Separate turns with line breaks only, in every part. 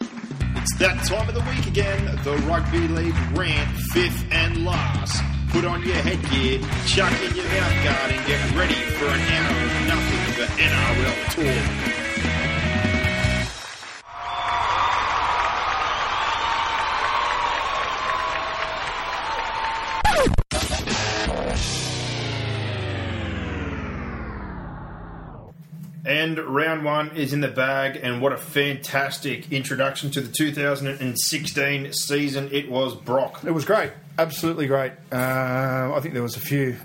It's that time of the week again. The Rugby League rant, fifth and last. Put on your headgear, chuck in your mouth guard, and get ready for an hour of nothing but NRL talk. And round one is in the bag, and what a fantastic introduction to the 2016 season it was, Brock.
It was great, absolutely great. Uh, I think there was a few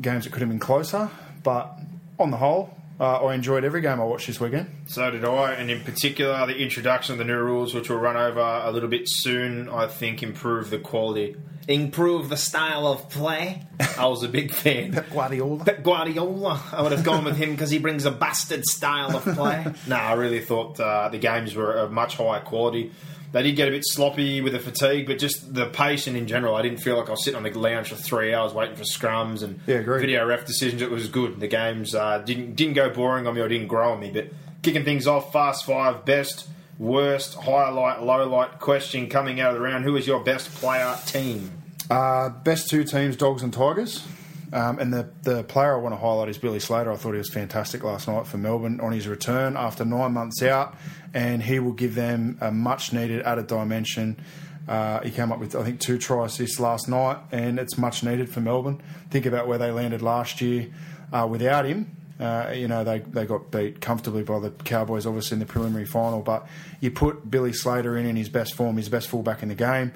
games that could have been closer, but on the whole, uh, I enjoyed every game I watched this weekend.
So did I, and in particular, the introduction of the new rules, which we'll run over a little bit soon, I think improved the quality. Improve the style of play. I was a big fan.
Guardiola.
Pep Guardiola. I would have gone with him because he brings a bastard style of play. no, I really thought uh, the games were of much higher quality. They did get a bit sloppy with the fatigue, but just the pace and in general, I didn't feel like I was sitting on the lounge for three hours waiting for scrums and
Yeah, agreed.
video ref decisions. It was good. The games uh, didn't didn't go boring on me or didn't grow on me. But kicking things off, fast five, best, worst, highlight, low light question coming out of the round. Who is your best player team?
Uh, best two teams, Dogs and Tigers. Um, and the, the player I want to highlight is Billy Slater. I thought he was fantastic last night for Melbourne on his return after nine months out, and he will give them a much needed added dimension. Uh, he came up with, I think, two try assists last night, and it's much needed for Melbourne. Think about where they landed last year uh, without him. Uh, you know, they, they got beat comfortably by the Cowboys, obviously, in the preliminary final. But you put Billy Slater in in his best form, his best fullback in the game,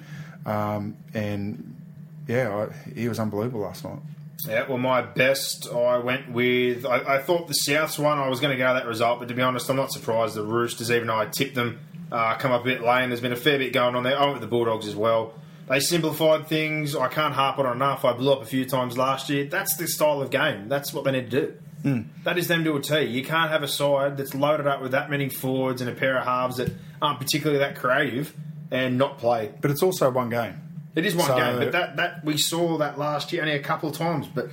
um, and yeah, I, he was unbelievable last night.
Yeah, well, my best I went with. I, I thought the Souths one. I was going to go that result, but to be honest, I'm not surprised. The Roosters, even though I tipped them, uh, come up a bit late. There's been a fair bit going on there. I went with the Bulldogs as well. They simplified things. I can't harp on it enough. I blew up a few times last year. That's the style of game. That's what they need to do. That is them to a T. You can't have a side that's loaded up with that many forwards and a pair of halves that aren't particularly that creative and not play
But it's also one game.
it is one
So-
game, but that, that we saw that last year only a couple of times. But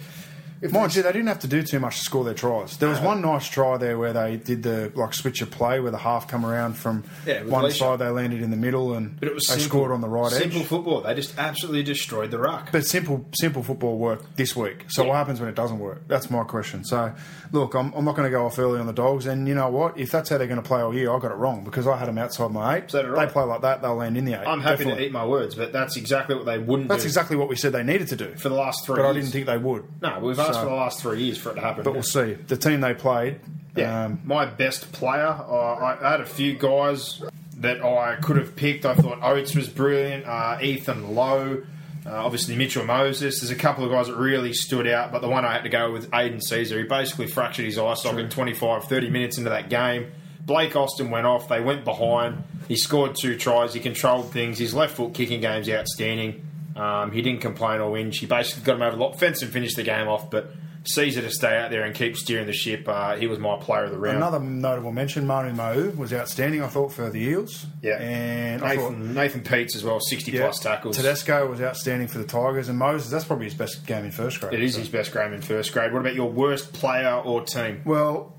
if
Mind you, they didn't have to do too much to score their tries. There was one nice try there where they did the like switch of play, where the half come around from
Yeah, with
one
Leisha.
side, they landed in the middle, and
but it was
they
simple,
scored on the right
simple
edge.
football. They just absolutely destroyed the ruck.
But simple, simple football worked this week. So what happens when it doesn't work? That's my question. So, look, I'm, I'm not going to go off early on the dogs. And you know what? If that's how they're going to play all year, I got it wrong because I had them outside my eight.
So did I.
they play like that, they'll land in the eight.
I'm happy
Definitely.
to eat my words, but that's exactly what they wouldn't
That's
do
exactly what we said they needed to do.
for the last three.
but I
years.
didn't think they would.
No, we've asked
So-
for the last three years for it to happen.
But we'll see. The team they played.
Yeah,
Um,
my best player. Uh, I, I had a few guys that I could have picked. I thought Oates was brilliant. Uh, Ethan Lowe, uh, obviously Mitchell Moses. There's a couple of guys that really stood out, but the one I had to go with, Aiden Caesar. He basically fractured his eye socket 25, 30 minutes into that game. Blake Austin went off. They went behind. He scored two tries. He controlled things. His left foot kicking game's outstanding. Um, he didn't complain or whinge. He basically got him over the lot fence and finished the game off. But Caesar to stay out there and keep steering the ship. Uh, he was my player of the round.
Another notable mention, Manu Ma'u was outstanding, I thought, for the Eels.
yeah,
And I thought,
Nathan, Nathan Peets as well, sixty
yeah,
plus tackles.
Tedesco was outstanding for the Tigers. And Moses, that's probably his best game in first grade.
It is his best game in first grade. What about your worst player or team?
Well,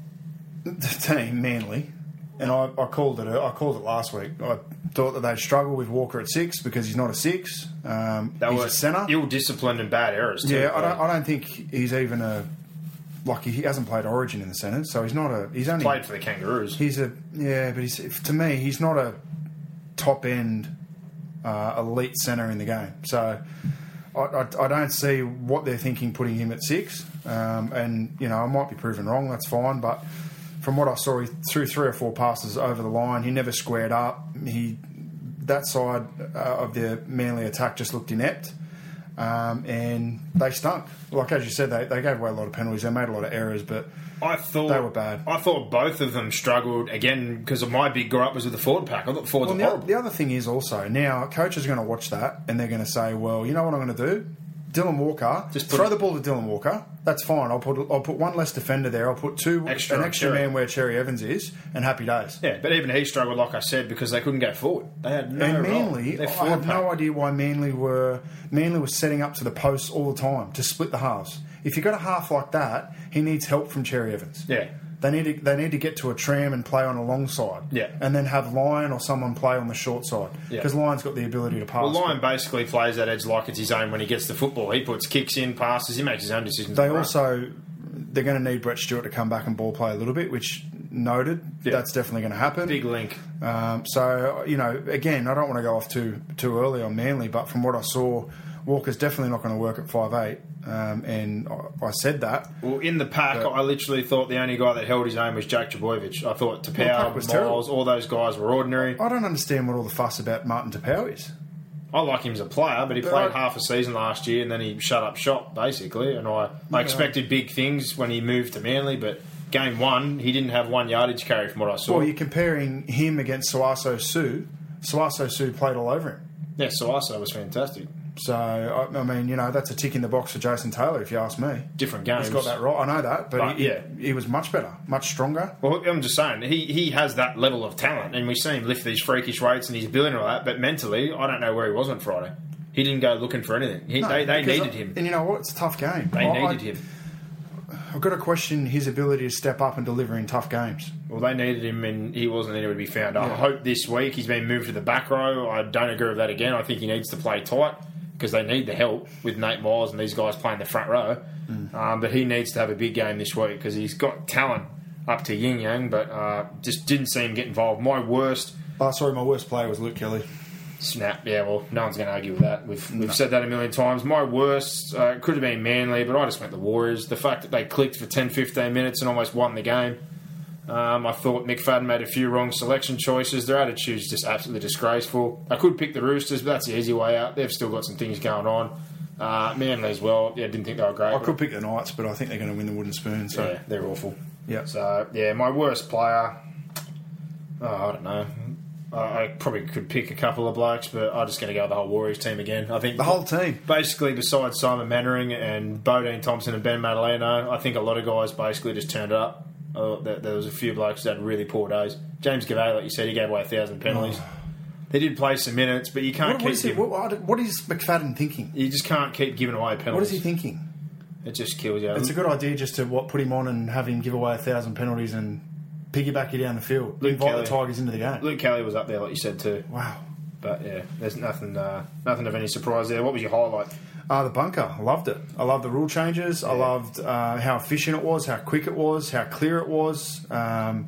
the team, Manly, and I, I called it I called it last week. I thought that they'd struggle with Walker at six because he's not a six. Um,
They
he's
were
a centre.
ill-disciplined and bad errors. Too,
Yeah, I don't, I don't think he's even a. Like, he hasn't played Origin in the centre, so he's not a. He's only.
played for the Kangaroos.
He's a yeah, but he's if- to me he's not a top end uh, elite center in the game. So I, I, I don't see what they're thinking putting him at six. Um, and you know I might be proven wrong. That's fine, but from what I saw, he threw three or four passes over the line. He never squared up. He that side uh, of the manly attack just looked inept. Um, and they stunk. Like as you said, they, they gave away a lot of penalties. They made a lot of errors, but
I thought
They were bad.
I thought both of them struggled again because my big gripe was with the Ford pack. I thought Ford's
Well,
were
the,
horrible.
oth- the other thing is also now coaches are going to watch that and they're going to say, well, you know what I'm going to do? Dylan Walker,
Just
just
put
throw
it-
the ball to Dylan Walker. That's fine. I'll put I'll put one less defender there. I'll put two
Extra
an extra
Cherry.
man where Cherry Evans is, and happy days.
yeah, but even he struggled, like I said, because they couldn't go forward. They had no
And
role.
Manly,
Their
I
forward
have
pack.
no idea why Manly were Manly was setting up to the posts all the time to split the halves. If you've got a half like that, he needs help from Cherry Evans.
Yeah.
They need to, they need to get to a tram and play on a long side.
Yeah.
And then have Lyon or someone play on the short side.
Yeah.
Because Lyon's got the ability to pass.
Well, Lyon basically plays that edge like it's his own when he gets the football. He puts kicks in, passes, he makes his own decisions.
They
on the run.
also they're going to need Brett Stewart to come back and ball play a little bit, which noted
Yeah.
that's definitely going to happen.
big link.
Um, so you know, again, I don't want to go off too too early on Manly, but from what I saw, Walker's definitely not going to work at five eight, um, and I, I said that.
Well, in the pack, I literally thought the only guy that held his own was Jack Jabojevic. I thought Tapau,
Well, pack
Miles,
was terrible.
all those guys were ordinary.
I don't understand what all the fuss about Martin Tapau is.
I like him as a player, but he
But
played
I-
half a season last year and then he shut up shop basically. And I, I expected big things when he moved to Manly, but game one he didn't have one yardage carry from what I saw.
Well, you're comparing him against Suaso Sue. Suaso Sue played all over him.
yeah, Suaso was fantastic.
So I, I mean, you know, that's a tick in the box for Jason Taylor, if you ask me.
Different games.
He's got that right. I know that, but,
But,
he,
yeah.
he, he was much better, much stronger.
Well, I'm just saying he, he has that level of talent, and we see him lift these freakish weights and he's brilliant and all that. But mentally, I don't know where he was on Friday. He didn't go looking for anything. He,
No,
they they
because-
needed him.
And you know what? It's a tough game.
They
I-
needed him.
I, I've got to question his ability to step up and deliver in tough games.
Well, they needed him, and he wasn't anywhere to be found. I hope this week he's been moved to the back row. I don't agree with that again. I think he needs to play tight because they need the help with Nate Miles and these guys playing the front row. Um, but he needs to have a big game this week because he's got talent up to yin yang, but uh, just didn't see him get involved. My worst
Oh, sorry, my worst player was Luke Kelly.
snap. Yeah, well, no one's going to argue with that. We've, we've said that a million times. My worst uh, could have been Manly, but I just went the Warriors. The fact that they clicked for 10, 15 minutes and almost won the game. Um, I thought McFadden made a few wrong selection choices. Their attitude's just absolutely disgraceful. I could pick the Roosters, but that's the easy way out. They've still got some things going on. Uh, Manly as well. Yeah, didn't think they were great.
I could pick the Knights, but I think they're going to win the Wooden Spoon. So
Yeah, they're awful.
Yeah.
So yeah, my worst player. Oh, I don't know. I I probably could pick a couple of blokes, but I'm just going to go the whole Warriors team again. I think
the whole team.
basically, besides Simon Mannering and Bodine Thompson and Ben Madaleno, I think a lot of guys basically just turned up. Uh, there, there was a few blokes that had really poor days. James Gavay, like you said, he gave away a thousand penalties. He did play some minutes, but you can't
What, what,
keep
is he,
giving-
what, what- what is McFadden thinking?
you just can't keep giving away penalties.
What is he thinking?
It just kills you.
It's a good idea just to what put him on and have him give away a thousand penalties and piggyback you down the field.
Luke
Invite the
Kelly.
Tigers into the game.
Luke Kelly was up there, like you said too.
Wow.
But yeah, there's nothing, uh, nothing of any surprise there. What was your highlight?
Ah, the bunker. I loved it. I loved the rule changes. I loved uh, how efficient it was, how quick it was, how clear it was. Um,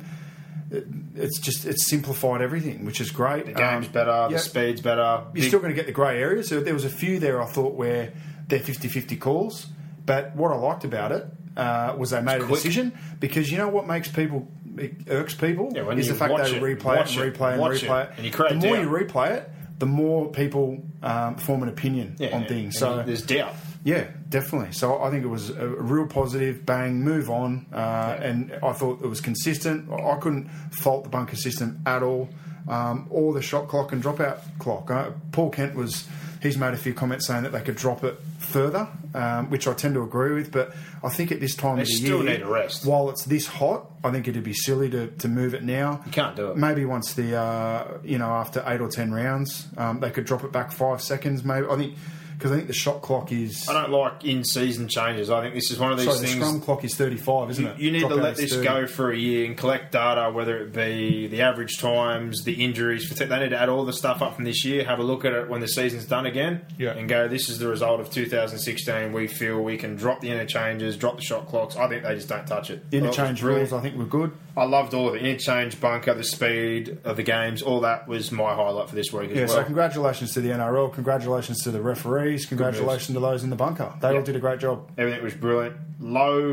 it, it's just it's simplified everything, which is great.
The game's better,
Um, yeah.
the speed's better.
You're
Big-
still going to get the grey areas. So there was a few there I thought where they're 50-50 calls, but what I liked about it uh, was they made a
quick.
decision because you know what makes people it irks people
Yeah, when
is
you
the fact
watch
they
it,
replay it,
watch
and
it,
replay and
watch it,
replay it.
and you create
the more
doubt.
you replay it, the more people um, form an opinion
yeah,
on
yeah.
things.
And
So
there's doubt.
yeah, definitely. So I think it was a real positive bang, move on, uh, and I thought it was consistent. I I couldn't fault the bunker system at all, um, or the shot clock and dropout clock. Uh, Paul Kent was he's made a few comments saying that they could drop it further, um, which I tend to agree with. But I think at this time
They
of the
still
year,
need a rest.
while it's this hot, I think it'd be silly to, to move it now. You
can't do it.
Maybe once the uh, you know after eight or ten rounds, um, they could drop it back five seconds. Maybe I think. Because I think the shot clock is.
I don't like in-season changes. I think this is one of these
Sorry, the
things.
scrum clock is 35, isn't
you,
it?
you need to
Dropout
let
is
this
30.
go for a year and collect data, whether it be the average times, the injuries. They need to add all the stuff up from this year. Have a look at it when the season's done again,
Yeah.
and go. This is the result of 2016. We feel we can drop the interchanges, drop the shot clocks. I think they just don't touch it. Well, it was
Interchange
brilliant.
rules, I think, were good.
I loved all of it. Interchange, bunker, the speed of the games, all that was my highlight for this week as
Yeah,
well.
so congratulations to the NRL, congratulations to the referees, congratulations to those in the bunker. They all did a great job.
Everything was brilliant. Low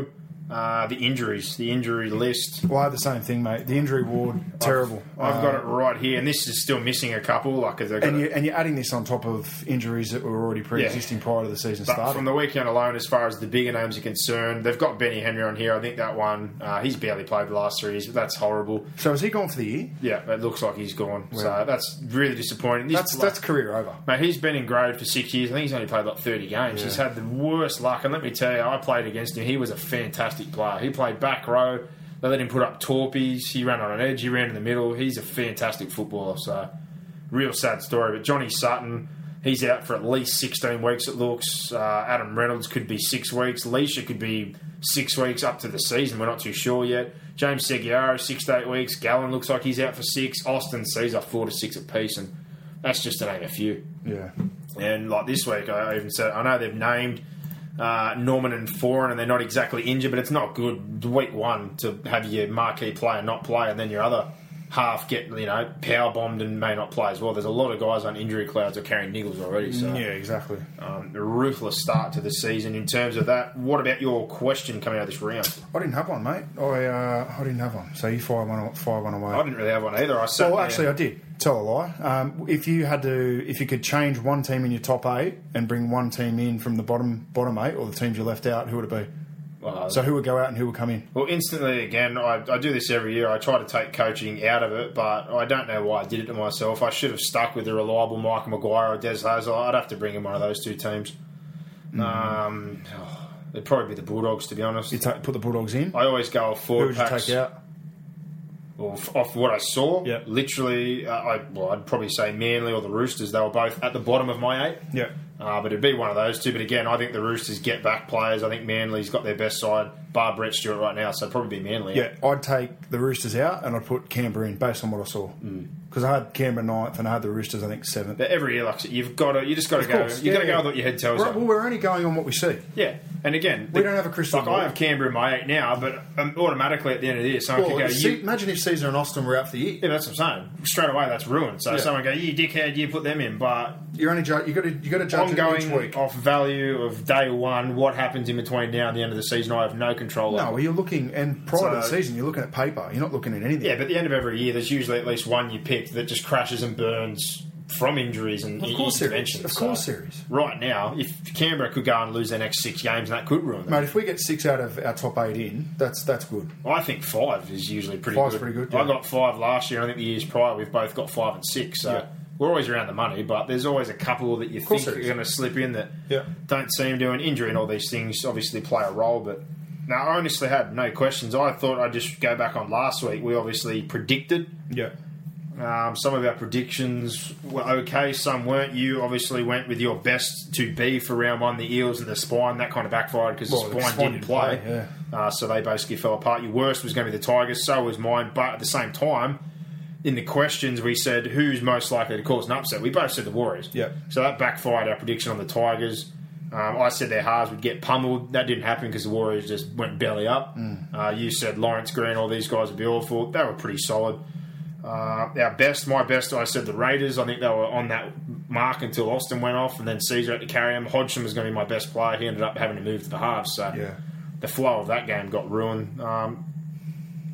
uh, uh, the injuries, the injury list.
Well, I had the same thing, mate. The injury ward, terrible.
I've got it right here, and this is still missing a couple. Like, they've got
Uh, And,
it-
you, and you're adding this on top of injuries that were already pre-existing prior to the season
But
starting.
from the weekend alone, as far as the bigger names are concerned, they've got Benny Henry on here. I think that one, uh, he's barely played the last three years, but that's horrible.
so is he gone for the year?
Yeah, it looks like he's gone. So that's really disappointing. This
That's
bloke-
that's career over.
Mate, he's been in grade for six years. I think he's only played like 30 games. He's had the worst luck. And let me tell you, I played against him. He was a fantastic player. He played back row. They let him put up torpies. He ran on an edge. He ran in the middle. He's a fantastic footballer. So, real sad story. But Johnny Sutton, he's out for at least 16 weeks, it looks. Uh, Adam Reynolds could be six weeks. Leisha could be six weeks up to the season. We're not too sure yet. James Seguiaro, six to eight weeks. Gallen looks like he's out for six. Austin Caesar, four to six apiece. And that's just to name a few.
Yeah.
And like this week, I even said, I know they've named uh, Norman and Foran, and they're not exactly injured, but it's not good week one to have your marquee player not play, and then your other half get you know power bombed and may not play as well. There's a lot of guys on injury clouds are carrying niggles already. So
Yeah, exactly.
um, a ruthless start to the season in terms of that. What about your question coming out of this round?
I didn't have one, mate. I uh, I didn't have one. So you fire one, fire one away.
I didn't really have one either. I sat
Well,
there-
actually, I did tell a lie. Um, if you had to, if you could change one team in your top eight and bring one team in from the bottom bottom eight, or the teams you left out, who would it be?
Well,
So who would go out and who would come in?
Well, instantly again, I, I do this every year. I try to take coaching out of it, but I don't know why I did it to myself. I should have stuck with the reliable Michael Maguire or Des Hazell. I'd have to bring in one of those two teams.
Mm.
Um, oh, it'd probably be the Bulldogs, to be honest.
You ta put the Bulldogs in.
I always go off
Who
forward
would you
packs.
take out?
Off, off what I saw,
Yeah.
literally, uh, I, well, I'd probably say Manly or the Roosters. They were both at the bottom of my eight.
Yeah.
Uh, but it'd be one of those two. But again, I think the Roosters get back players. I think Manly's got their best side, bar Brett Stewart right now, so it'd probably be Manly.
Yeah, I'd take the Roosters out and I'd put Canberra in based on what I saw.
Mm.
Because I had Canberra ninth and I had the Roosters, I think, seventh.
But every year, like I said, you've got to, you just got to go. you got to go with what your head tells
we're,
you.
Well, we're only going on what we see.
yeah, and again,
We don't have a crystal
Like
ball.
I have Canberra in my eight now, but um, automatically at the end of the year, someone
Well,
could go.
see-
You,
imagine if Caesar and Austin were out for the year.
yeah, that's what I'm saying. Straight away, that's ruined. So
Yeah.
someone go, you dickhead, you put them in. But
You're only ju- you got to you got to judge
I'm
it each
going
week.
off value of day one. What happens in between now and the end of the season, I have no control.
No,
over.
well, you're looking and prior to the
So-
season, you're looking at paper. You're not looking at anything.
Yeah, but at the end of every year, there's usually at least one you pick that just crashes and burns from injuries and
Of course there is.
interventions.
Of
So
course there is.
Right now, if Canberra could go and lose their next six games, that could ruin them.
Mate, if we get six out of our top eight in, that's that's good.
I think five is usually pretty
Five's
good.
pretty good, yeah.
I got five last year. I think the years prior we've both got five and six. So
Yeah.
we're always around the money, but there's always a couple that you
course
think
there
are
is.
going to slip in that
Yeah.
don't seem to. And injury and all these things obviously play a role. But now I honestly had no questions. I thought I'd just go back on last week. We obviously predicted.
Yeah.
Um, some of our predictions were okay, some weren't. You obviously went with your best to be for round one, the Eels and the Spine. That kind of backfired because
Well,
the
the
Spine,
Spine
didn't
didn't
play.
play,
uh, so they basically fell apart. Your worst was going to be the Tigers, so was mine. But at the same time, in the questions, we said who's most likely to cause an upset. We both said the Warriors.
Yep.
So that backfired our prediction on the Tigers. Um, I said their halves would get pummeled. That didn't happen because the Warriors just went belly up. Uh, you said Lawrence Green, all these guys would be awful. They were pretty solid. Uh, our best, my best, I said the Raiders. I think they were on that mark until Austin went off, and then Caesar had to carry him. Hodgson was going to be my best player. He ended up having to move to the halves. So
Yeah.
the flow of that game got ruined. Um,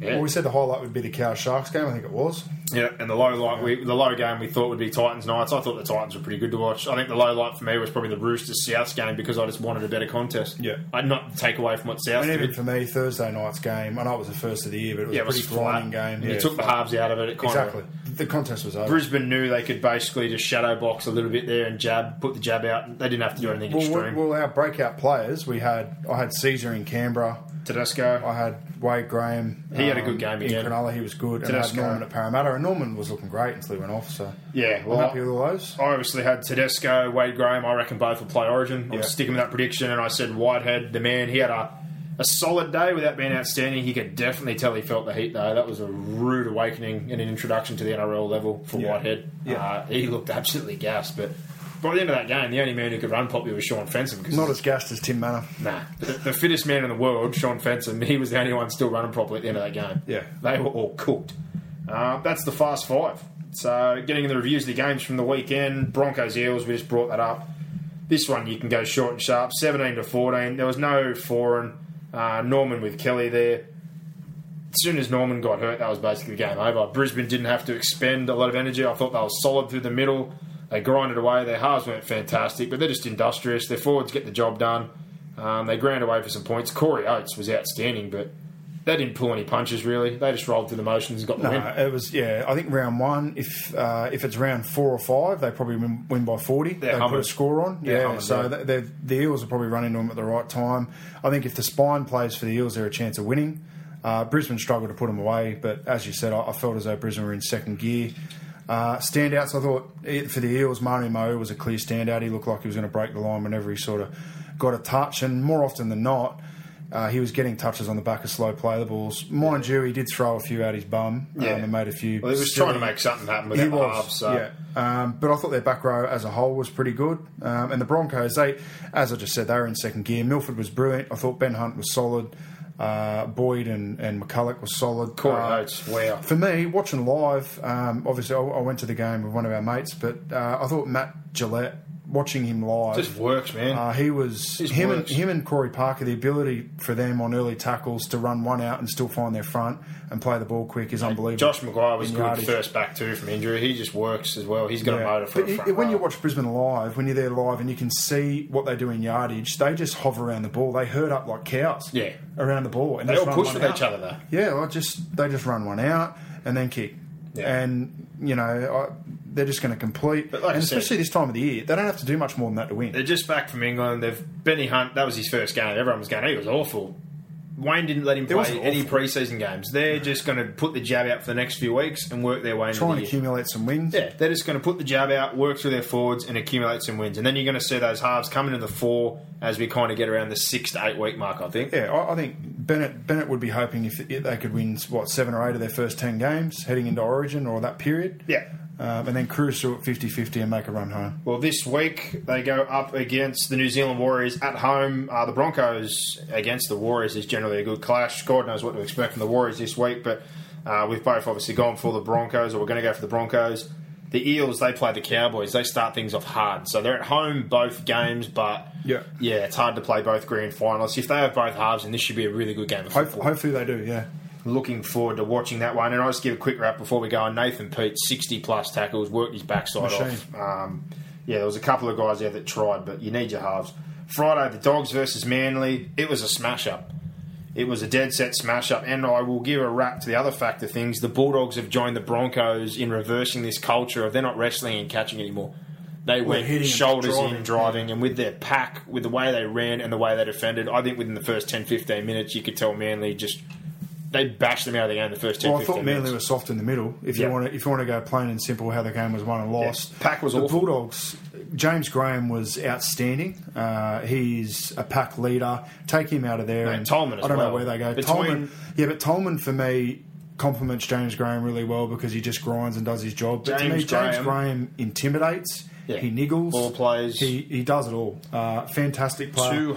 yeah.
Well, we said the highlight would be the Cow Sharks game. I think it was.
Yeah, and the low light, we, the low game we thought would be Titans Knights. I thought the Titans were pretty good to watch. I think the low light for me was probably the Roosters Souths game because I just wanted a better contest.
Yeah.
I'd not take away from what South
And even
did.
for me, Thursday night's game. I know it was the first of the year, but it was
Yeah,
a
it was
pretty
flat.
blinding game.
You
Yeah.
took the halves out of it. It kind
exactly.
Of,
The contest was over.
Brisbane knew they could basically just shadow box a little bit there and jab, put the jab out. They didn't have to do anything
Well,
extreme.
well, our breakout players, we had. I had Caesar in Canberra.
Tedesco,
I had Wade Graham. um,
He had a good game
in
again.
Cronulla. He was good. And I had
Tedesco.
Norman at Parramatta, and Norman was looking great until he went off. So
yeah, well,
I'm happy with all those.
I obviously had Tedesco, Wade Graham. I reckon both will play Origin. I'm
Yeah.
sticking with that prediction, and I said Whitehead, the man. He had a, a solid day without being outstanding. He could definitely tell he felt the heat though. That was a rude awakening and an introduction to the NRL level for
Yeah.
Whitehead.
Yeah.
Uh, he looked absolutely gassed, but. By the end of that game, the only man who could run properly was Sean Fenson. Because
Not as gassed as Tim Manor.
nah, the, the fittest man in the world, Sean Fenson, he was the only one still running properly at the end of that game.
Yeah.
They were all cooked. Uh, that's the Fast Five. So, getting the reviews of the games from the weekend, Broncos Eels, we just brought that up. This one you can go short and sharp, 17 to 14. There was no foreign. Uh, Norman with Kelly there. As soon as Norman got hurt, that was basically game over. Brisbane didn't have to expend a lot of energy. I thought they were solid through the middle. They grinded away. Their halves weren't fantastic, but they're just industrious. Their forwards get the job done. Um, they ground away for some points. Corey Oates was outstanding, but they didn't pull any punches really. They just rolled through the motions and got the win.
Uh, it was yeah. I think round one. If uh, if it's round four or five, they probably win, win by forty.
They're
they put
humbled.
a score on.
They're
yeah,
humbled,
so
yeah.
they- they're, the Eels are probably running to them at the right time. I think if the spine plays for the Eels, they're a chance of winning. Uh, Brisbane struggled to put them away, but as you said, I, I felt as though Brisbane were in second gear. Uh, standouts, I thought eh, for the Eels, Manu Mo was a clear standout. He looked like he was going to break the line whenever he sort of got a touch, and more often than not, uh, he was getting touches on the back of slow play the balls. Mind you, he did throw a few out his bum
Yeah.
um, and made a few.
Well, he was
silly-
trying to make something happen
He
without the
was,
halves. So.
yeah. Um, but I thought their back row as a whole was pretty good. Um, and the Broncos, they, as I just said, they were in second gear. Milford was brilliant. I thought Ben Hunt was solid. Uh, Boyd and, and McCulloch was solid.
Corey
Uh,
Oates, wow.
for me, watching live, um, obviously I, I went to the game with one of our mates, but uh, I thought Matt Gillette, watching him live,
Just works, man.
uh, he was
His
him and,
works.
him and Corey Parker. The ability for them on early tackles to run one out and still find their front and play the ball quick is unbelievable.
Josh Maguire was
In
good
yardage.
first back too from injury. He just works as well. He's got
Yeah.
a motor for
But
a
it-
front
when you
row.
watch Brisbane live, when you're there live and you can see what they do in yardage, they just hover around the ball. They herd up like cows.
Yeah.
around the ball, and
they all
just run
push
one
with
out.
each other though.
Yeah, I just they just run one out and then kick,
Yeah.
and you know I, they're just going to complete.
But like
and
I said-
especially this time of the year, they don't have to do much more than that to win.
They're just back from England. They've Benny Hunt. That was his first game. Everyone was going, he was awful. Wayne didn't let him play
wasn't
any
awful.
preseason games. They're just going to put the jab out for the next few weeks and work their way into
Trying
the
to
year.
accumulate some wins.
Yeah, they're just going to put the jab out, work through their forwards, and accumulate some wins. And then you're going to see those halves coming to the four as we kind of get around the six to eight week mark, I think.
Yeah, I, I think Bennett Bennett would be hoping if, if they could win what seven or eight of their first ten games heading into Origin or that period.
Yeah.
um, and then cruise through at 50-50 and make a run home.
Well, this week they go up against the New Zealand Warriors at home. Uh, the Broncos against the Warriors is generally a good clash. God knows what to expect from the Warriors this week, but uh, we've both obviously gone for the Broncos, or we're going to go for the Broncos. The Eels they play the Cowboys. They start things off hard, so they're at home both games. But
Yeah.
yeah, it's hard to play both grand finalists. If they have both halves, and this should be a really good game of
Hope,
football
hopefully they do. Yeah,
looking forward to watching that one. And I'll just give a quick wrap before we go on. Nathan Pete, 60 plus tackles, worked his backside off.
Machine.
Um, yeah, there was a couple of guys there that tried, but you need your halves. Friday, the Dogs versus Manly. It was a smash up. It was a dead set smash up, and I will give a wrap to the other fact of things. The Bulldogs have joined the Broncos in reversing this culture of they're not wrestling and catching anymore. They went
hitting,
shoulders
driving.
in, driving, and with their pack, with the way they ran and the way they defended, I think within the first 10 15 minutes, you could tell Manly just they bashed them out of the game in the first 10
well, I
15
thought
minutes.
Manly were soft in the middle. If
Yeah.
you want to, if you want to go plain and simple, how the game was won and lost.
Pack was
the
awful.
Bulldogs. James Graham was outstanding. Uh, he's a pack leader. Take him out of there,
Mate,
and
Tolman as
I don't
well.
know where they go.
Between-
Tolman, yeah, but Tolman for me complements James Graham really well because he just grinds and does his job. But to me,
James
James
Graham-
Graham intimidates.
Yeah.
He niggles.
Ball plays.
He he does it all. Uh, fantastic player.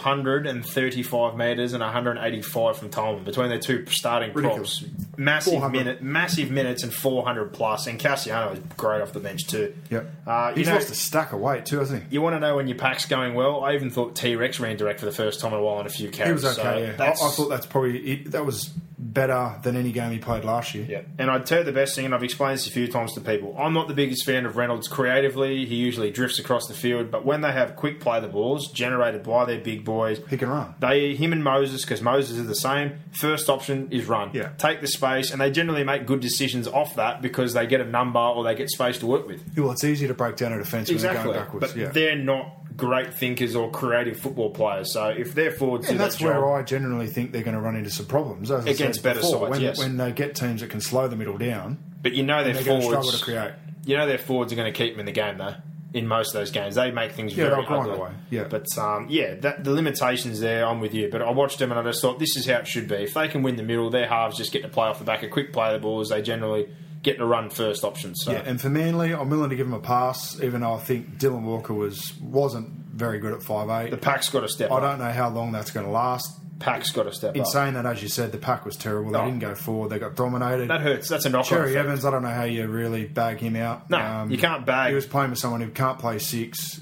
235 metres and 185 from Tolman between their two starting
Ridiculous.
props. Massive
400.
minute, massive minutes and 400 plus. And Cassiano was great off the bench too.
Yep.
Uh, you
he's
know,
lost a stack of weight too, hasn't he?
you want to know when your pack's going well? I even thought T Rex ran direct for the first time in a while on a few carries.
He was okay.
So
yeah. I, I
that's-
thought that's probably it, that was better than any game he played last year.
Yeah. And I'd tell you the best thing, and I've explained this a few times to people. I'm not the biggest fan of Reynolds creatively. He usually drifts across the field, but when they have quick play the balls generated by their big boys,
He can run.
they him and Moses because Moses is the same. First option is run.
Yeah.
Take the space, and they generally make good decisions off that because they get a number or they get space to work with.
Well, it's easy to break down a defence when
Exactly.
they're going backwards.
But
yeah.
they're not great thinkers or creative football players. So if they're forwards, do
And that's
that job,
where I generally think they're going to run into some problems. As I
Against
said
better
before,
sides,
when,
yes.
when they get teams that can slow the middle down,
But you know their
they're going to struggle
forwards.
to create.
You know their forwards are going to keep them in the game though. In most of those games, they make things
Yeah,
very
they'll grind
ugly.
away. Yeah.
But um, yeah, that, the limitations there. I'm with you. But I watched them and I just thought this is how it should be. If they can win the middle, their halves just get to play off the back of quick play the balls. They generally get to run first option. So
Yeah, and for Manly, I'm willing to give him a pass, even though I think Dylan Walker was wasn't very good at five
the
eight.
pack's got to step
I
up.
don't know how long that's going to last.
Pack's got to step
In
up.
saying that, as you said, the pack was terrible. They
No.
didn't go forward. They got dominated.
That hurts. That's a knock.
Cherry Evans, I don't know how you really bag him out. Um,
No, you can't bag-
He was playing with someone who can't play six.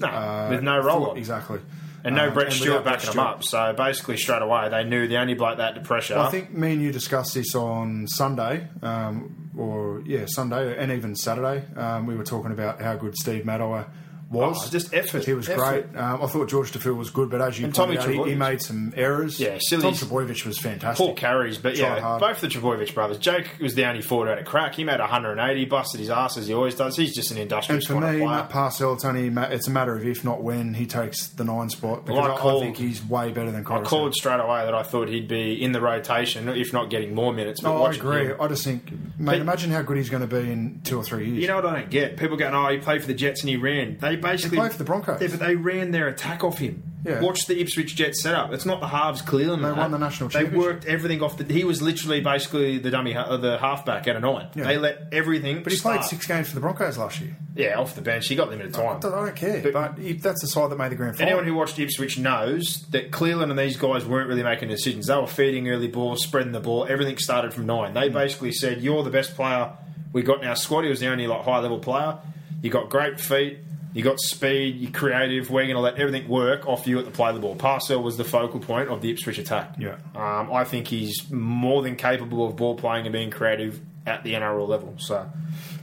No,
uh,
with no role on.
Exactly.
And no
Um,
Brett
and
Stewart
without Brett
backing them up. So basically, straight away, they knew the only bloke they had to pressure.
I think me and you discussed this on Sunday, um, or yeah, Sunday, and even Saturday. Um, we were talking about how good Steve Maddoway was.
Oh, just effort,
He was
effort.
great. Um, I thought George DeFil was good, but as you
And
pointed
Tommy
out, he, he
Trbojevic.
made some errors.
Yeah, silly-
Tom Trbojevic was fantastic.
Poor carries, but
Try
yeah,
hard.
both the Trbojevic brothers. Jake was the only forward out of crack. He made 180, busted his ass as he always does. He's just an
And
industrious
for
kind of
me,
player.
Matt Parcell, it's only ma- it's a matter of if, not when, he takes the nine spot. Because
I
I, I
called-
think he's way better than
I
Coruscant.
called straight away that I thought he'd be in the rotation, if not getting more minutes. But
Oh, I
watching
agree.
him-
I just think, mate, imagine how good he's going to be in two or three years.
You know what I don't get? People going, oh, he played for the Jets and he ran. They basically
played for the Broncos.
Yeah, but they ran their attack off him.
Yeah.
Watch the Ipswich Jets setup. It's not the halves clearly.
They won the national
They
championship.
worked everything off. The, he was literally basically the dummy, ha- uh, the halfback at a nine.
Yeah.
They let everything.
but he
start.
played six games for the Broncos last year.
Yeah, off the bench. He got limited
I don't,
time.
I don't care. But,
But-
he, that's the side that made the grand final.
Anyone who watched Ipswich knows that Cleveland and these guys weren't really making decisions. They were feeding early ball, spreading the ball. Everything started from nine. They basically said, "You're the best player we got in our squad." He was the only like high level player. You got great feet. You got speed. You're creative. We're going to let everything work off you at the play of the ball. Parcell was the focal point of the Ipswich attack.
Yeah.
um, I think he's more than capable of ball playing and being creative at the NRL level. So,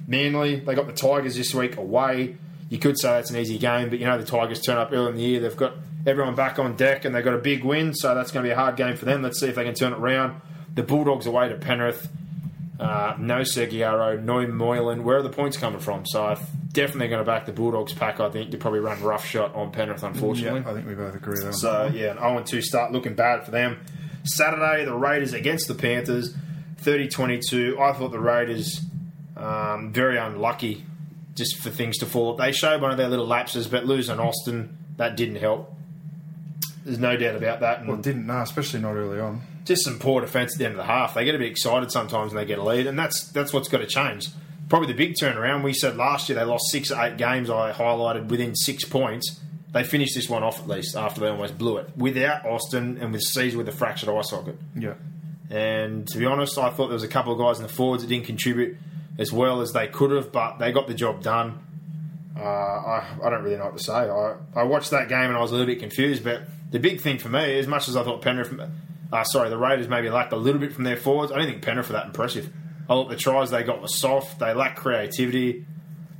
Manly, they got the Tigers this week away. You could say that's an easy game, but you know the Tigers turn up early in the year. They've got everyone back on deck and they've got a big win, so that's going to be a hard game for them. Let's see if they can turn it round. The Bulldogs away to Penrith. Uh, no Seguiaro, no Moylan. Where are the points coming from? So i definitely going to back the Bulldogs pack. I think you probably run rough shot on Penrith,
yeah,
unfortunately.
I think we both agree there.
So yeah, an 0 2 start looking bad for them. Saturday, the Raiders against the Panthers, 30-22. I thought the Raiders um, very unlucky just for things to fall. They showed one of their little lapses, but losing Austin that didn't help. There's no doubt about that. And
Well, didn't know, especially not early on.
just some poor defence at the end of the half. They get a bit excited sometimes when they get a lead, and that's that's what's got to change. Probably the big turnaround. We said last year they lost six or eight games. I highlighted within six points. They finished this one off at least after they almost blew it without Austin and with Caesar with a fractured eye socket.
Yeah.
And to be honest, I thought there was a couple of guys in the forwards that didn't contribute as well as they could have, but they got the job done. Uh, I, I don't really know what to say. I, I watched that game and I was a little bit confused, but the big thing for me, as much as I thought Penrith, uh, sorry, the Raiders maybe lacked a little bit from their forwards, I didn't think Penrith were that impressive. I thought the tries they got were soft, they lacked creativity.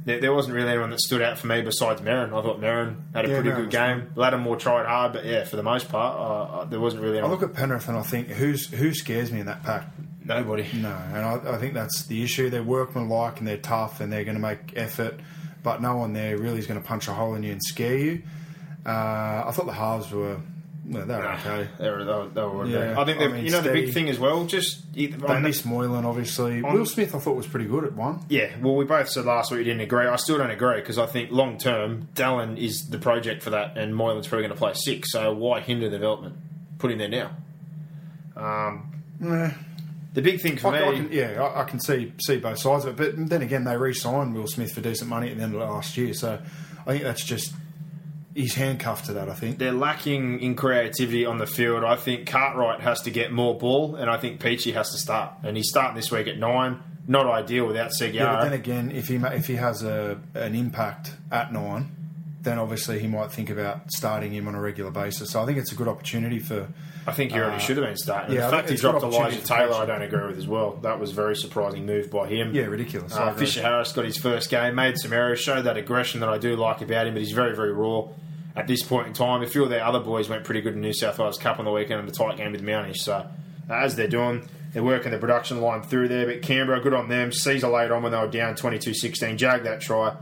There, there wasn't really anyone that stood out for me besides Merrin. I thought Merrin had a
Yeah,
pretty
Merrin
good
was
game. Lattimore tried hard, but yeah, for the most part, uh, uh, there wasn't really
I
anyone.
look at Penrith and I think, who's who scares me in that pack?
nobody.
No, and I, I think that's the issue. They're workmanlike and they're tough and they're going to make effort, but no one there really is going to punch a hole in you and scare you. Uh, I thought the halves were, no, they were okay.
They were, they were, they were
Yeah.
I think they've-
I mean,
you know the
steady.
big thing as well. Just you-
They
on the-
missed Moylan, obviously. Will Smith, I thought, was pretty good at one.
yeah. Well, we both said last week we didn't agree. I still don't agree because I think long term, Dallin is the project for that, and Moylan's probably going to play six. So why hinder development? Put him there now.
Nah.
The big thing for
I, I
me,
can, yeah, I, I can see see both sides of it. But then again, they re-signed Will Smith for decent money at the end of last year, so I think that's just he's handcuffed to that. I think.
they're lacking in creativity on the field. I think Cartwright has to get more ball, and I think Peachy has to start, and he's starting this week at nine. Not ideal without Seguiara.
Yeah, but then again, if he ma- if he has a an impact at nine, then obviously he might think about starting him on a regular basis. So I think it's a good opportunity for.
I think he already should have been starting.
Uh, yeah,
the fact he
it's got
dropped
opportunity
Elijah
for
Taylor,
Peachy.
I don't agree with as well. That was a very surprising move by him.
Yeah, ridiculous. I
Uh,
agree.
Fisher Harris got his first game, made some errors, showed that aggression that I do like about him, but he's very, very raw at this point in time. A few of their other boys went pretty good in New South Wales Cup on the weekend in the tight game with Mounties. So, uh, as they're doing, they're working the production line through there. But Canberra, good on them. Caesar laid on when they were down 22 16, jagged that try.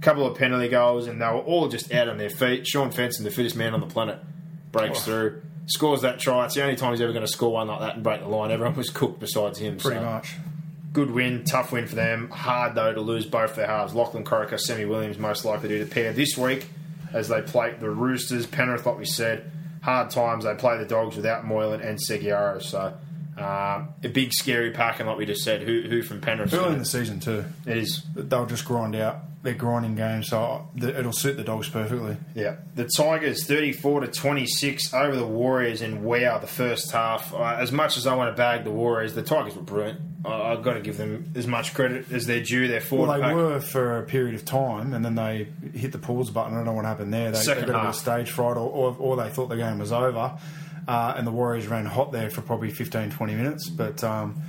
Couple of penalty goals, and they were all just out on their feet. Sean Fenson, the fittest man on the planet,
Oh.
breaks through, scores that try. It's the only time he's ever going to score one like that and break the line. Everyone was cooked besides him.
Pretty
so
much.
good win, tough win for them. Hard though to lose both their halves. Lachlan Corica, Semi Williams most likely to do the pair this week as they play the Roosters. Penrith, like we said, hard times. They play the Dogs without Moylan and Seguiaro. So um, a big scary pack, and like we just said, who who from Penrith?
Early in the season too,
it is
they'll just grind out they're grinding games, so the, it'll suit the dogs perfectly.
Yeah, the Tigers thirty-four to twenty-six over the Warriors, and wow, the first half. Uh, as much as I want to bag the Warriors, the Tigers were brilliant. I, I've got to give them as much credit as they're due. Their forward
Well, they
pack-
were for a period of time, and then they hit the pause button. I don't know what happened there. They,
Second
they got a bit
half.
of stage fright, or, or, or they thought the game was over, uh, and the Warriors ran hot there for probably 15, 20 minutes. But um,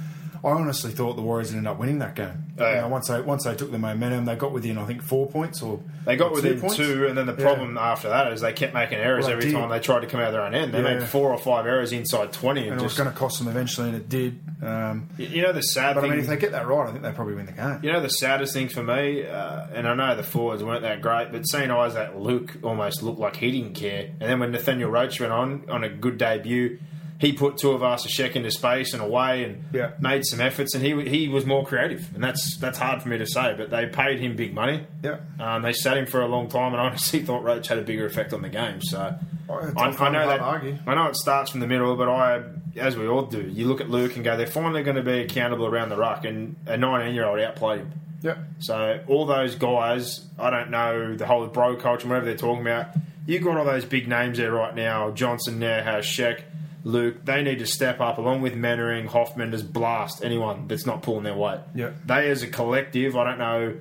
I honestly thought the Warriors ended up winning that game.
Oh, yeah.
You know, once they once they took the momentum, they got within I think four points or
They got
or
within two,
points.
and then the
Yeah.
problem after that is they kept making errors
Well, they
every
did.
time they tried to come out of their own end. They
Yeah.
made four or five errors inside twenty, and,
and it was
just
going to cost them eventually, and it did. Um,
you know the sad
but I
thing.
mean, if they get that right, I think they probably win the game.
you know the saddest thing for me, uh, and I know the forwards weren't that great, but seeing eyes that Luke almost looked like he didn't care, and then when Nathaniel Roach went on on a good debut, he put two of us a check into space and away, and
Yeah.
made some efforts, and he he was more creative, and that's that's hard for me to say, but they paid him big money.
Yeah.
um, they sat him for a long time, and I honestly thought Roach had a bigger effect on the game. So
Oh, it's
I,
hard
I know
to
that
argue.
I know it starts from the middle, but I, as we all do, you look at Luke and go, they're finally going to be accountable around the ruck, and a 19 year old outplayed him.
Yep.
So all those guys, I don't know the whole bro culture, whatever they're talking about. You got all those big names there right now. Johnson there has Sheck, Luke. They need to step up along with Mannering, Hoffman, just blast anyone that's not pulling their weight.
Yeah.
They as a collective, I don't know.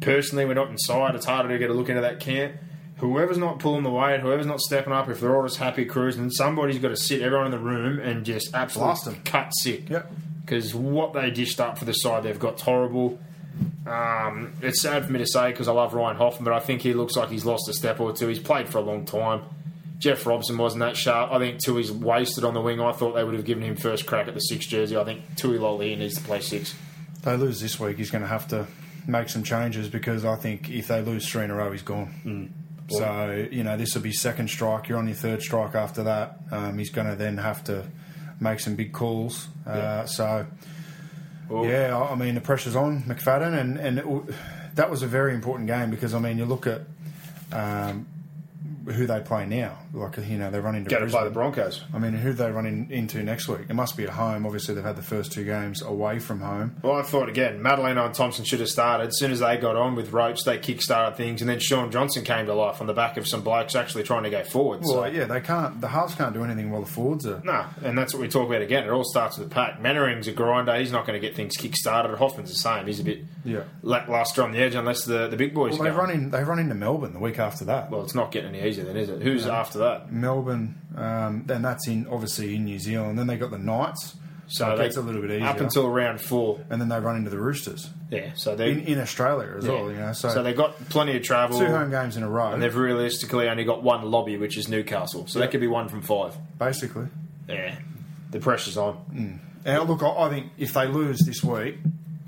Personally, we're not inside. It's harder to get a look into that camp. Whoever's not pulling the weight, whoever's not stepping up, if they're all just happy cruising, somebody's got to sit everyone in the room and just absolutely
Blast 'em.
cut sick
Yep.
because what they dished up for the side they've got's horrible. Um, it's sad for me to say because I love Ryan Hoffman, but I think he looks like he's lost a step or two. He's played for a long time. Jeff Robson wasn't that sharp. I think Tui's wasted on the wing. I thought they would have given him first crack at the six jersey. I think Tui Lolly needs to play six.
They lose this week, he's going to have to make some changes because I think if they lose three in a row, he's gone.
Mm.
So you know this will be second strike. You're on your third strike after that. Um, he's going to then have to make some big calls. Uh,
Yeah.
So
Well-
yeah, I I mean the pressure's on McFadden, and and it, w- that was a very important game because I mean you look at um, who they play now. Like you know they run into
Got to
Brisbane.
play the Broncos.
I mean, who do they run in, into next week? It must be at home. Obviously, they've had the first two games away from home.
Well, I thought again, Madalena and Thompson should have started. As soon as they got on with Roach, they kick-started things, and then Sean Johnson came to life on the back of some blokes actually trying to go forward.
Well,
so.
yeah, they can't. The halves can't do anything while the forwards are.
No, and that's what we talk about again. It all starts with the pack. Mannering's a grinder. He's not going to get things kick-started. Hoffman's the same. He's a bit
Yeah.
lackluster on the edge unless the, the big boys
Well, they
go.
run in. They run into Melbourne the week after that.
well, it's not getting any easier then, is it? Who's after that?
Melbourne, um, then that's in obviously in New Zealand. Then they got the Knights,
So
it
they-
gets a little bit easier.
Up until round four.
and then they run into the Roosters
Yeah, so they
in, in Australia as
yeah.
well. You know, so,
they got plenty of travel.
two home games in a row,
and they've realistically only got one lobby, which is Newcastle. So that could be one from five.
basically.
Yeah. The pressure's on.
And look, I, I think if they lose this week,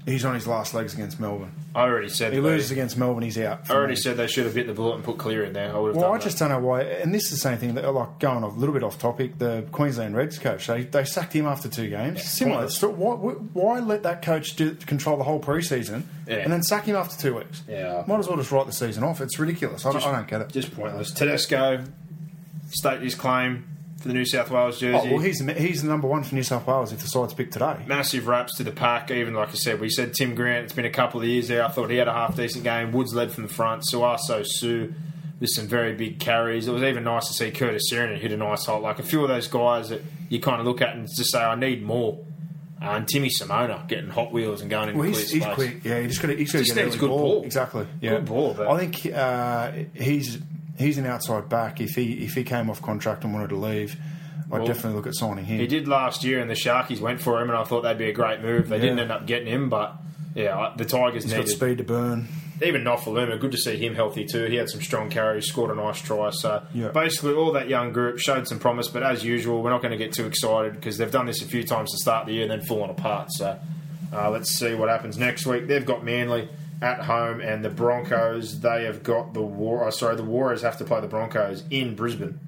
he's on his last legs against Melbourne.
I already said
He
that
loses
they-
against Melbourne, he's out.
I already said they should have bit the bullet and put Clear in there. I would have
Well,
done
I
that.
just don't know why. And this is the same thing that, like, going a little bit off topic, the Queensland Reds coach, they, they sacked him after two games. Similar.
pointless.
So why, why let that coach do, control the whole preseason
Yeah.
and then sack him after two weeks?
Yeah.
Might as well just write the season off. It's ridiculous. I, don't, I don't get it.
Just pointless. Tedesco state his claim for the New South Wales jersey.
oh, well, he's, the- he's the number one for New South Wales if the side's picked today.
Massive raps to the pack. Even like I said, we said Tim Grant. It's been a couple of years there. I thought he had a half decent game. Woods led from the front. Suaso Sue with some very big carries. It was even nice to see Curtis Aaron hit a nice hole. Like a few of those guys that you kind of look at and just say, I need more. Uh, and Timmy Simona getting Hot Wheels and going into
Well,
clear
he's, he's
space.
quick. Yeah, he just got to. He's got to
Just
get an
needs good
early
ball.
Exactly. Yeah.
Good ball, but-
I think uh, he's he's an outside back. If he if he came off contract and wanted to leave, I'd definitely look at signing him.
He did last year, and the Sharkies went for him, and I thought that'd be a great move. They didn't end up getting him, but yeah, I- the Tigers
He's
needed.
got speed to burn.
even Nofaluma, good to see him healthy too. He had some strong carries, scored a nice try. So
Yeah.
basically, all that young group showed some promise. But as usual, we're not going to get too excited because they've done this a few times to start the year, and then fallen apart. So uh, let's see what happens next week. They've got Manly at home, and the Broncos. They have got the war. Oh, sorry, the Warriors have to play the Broncos in Brisbane.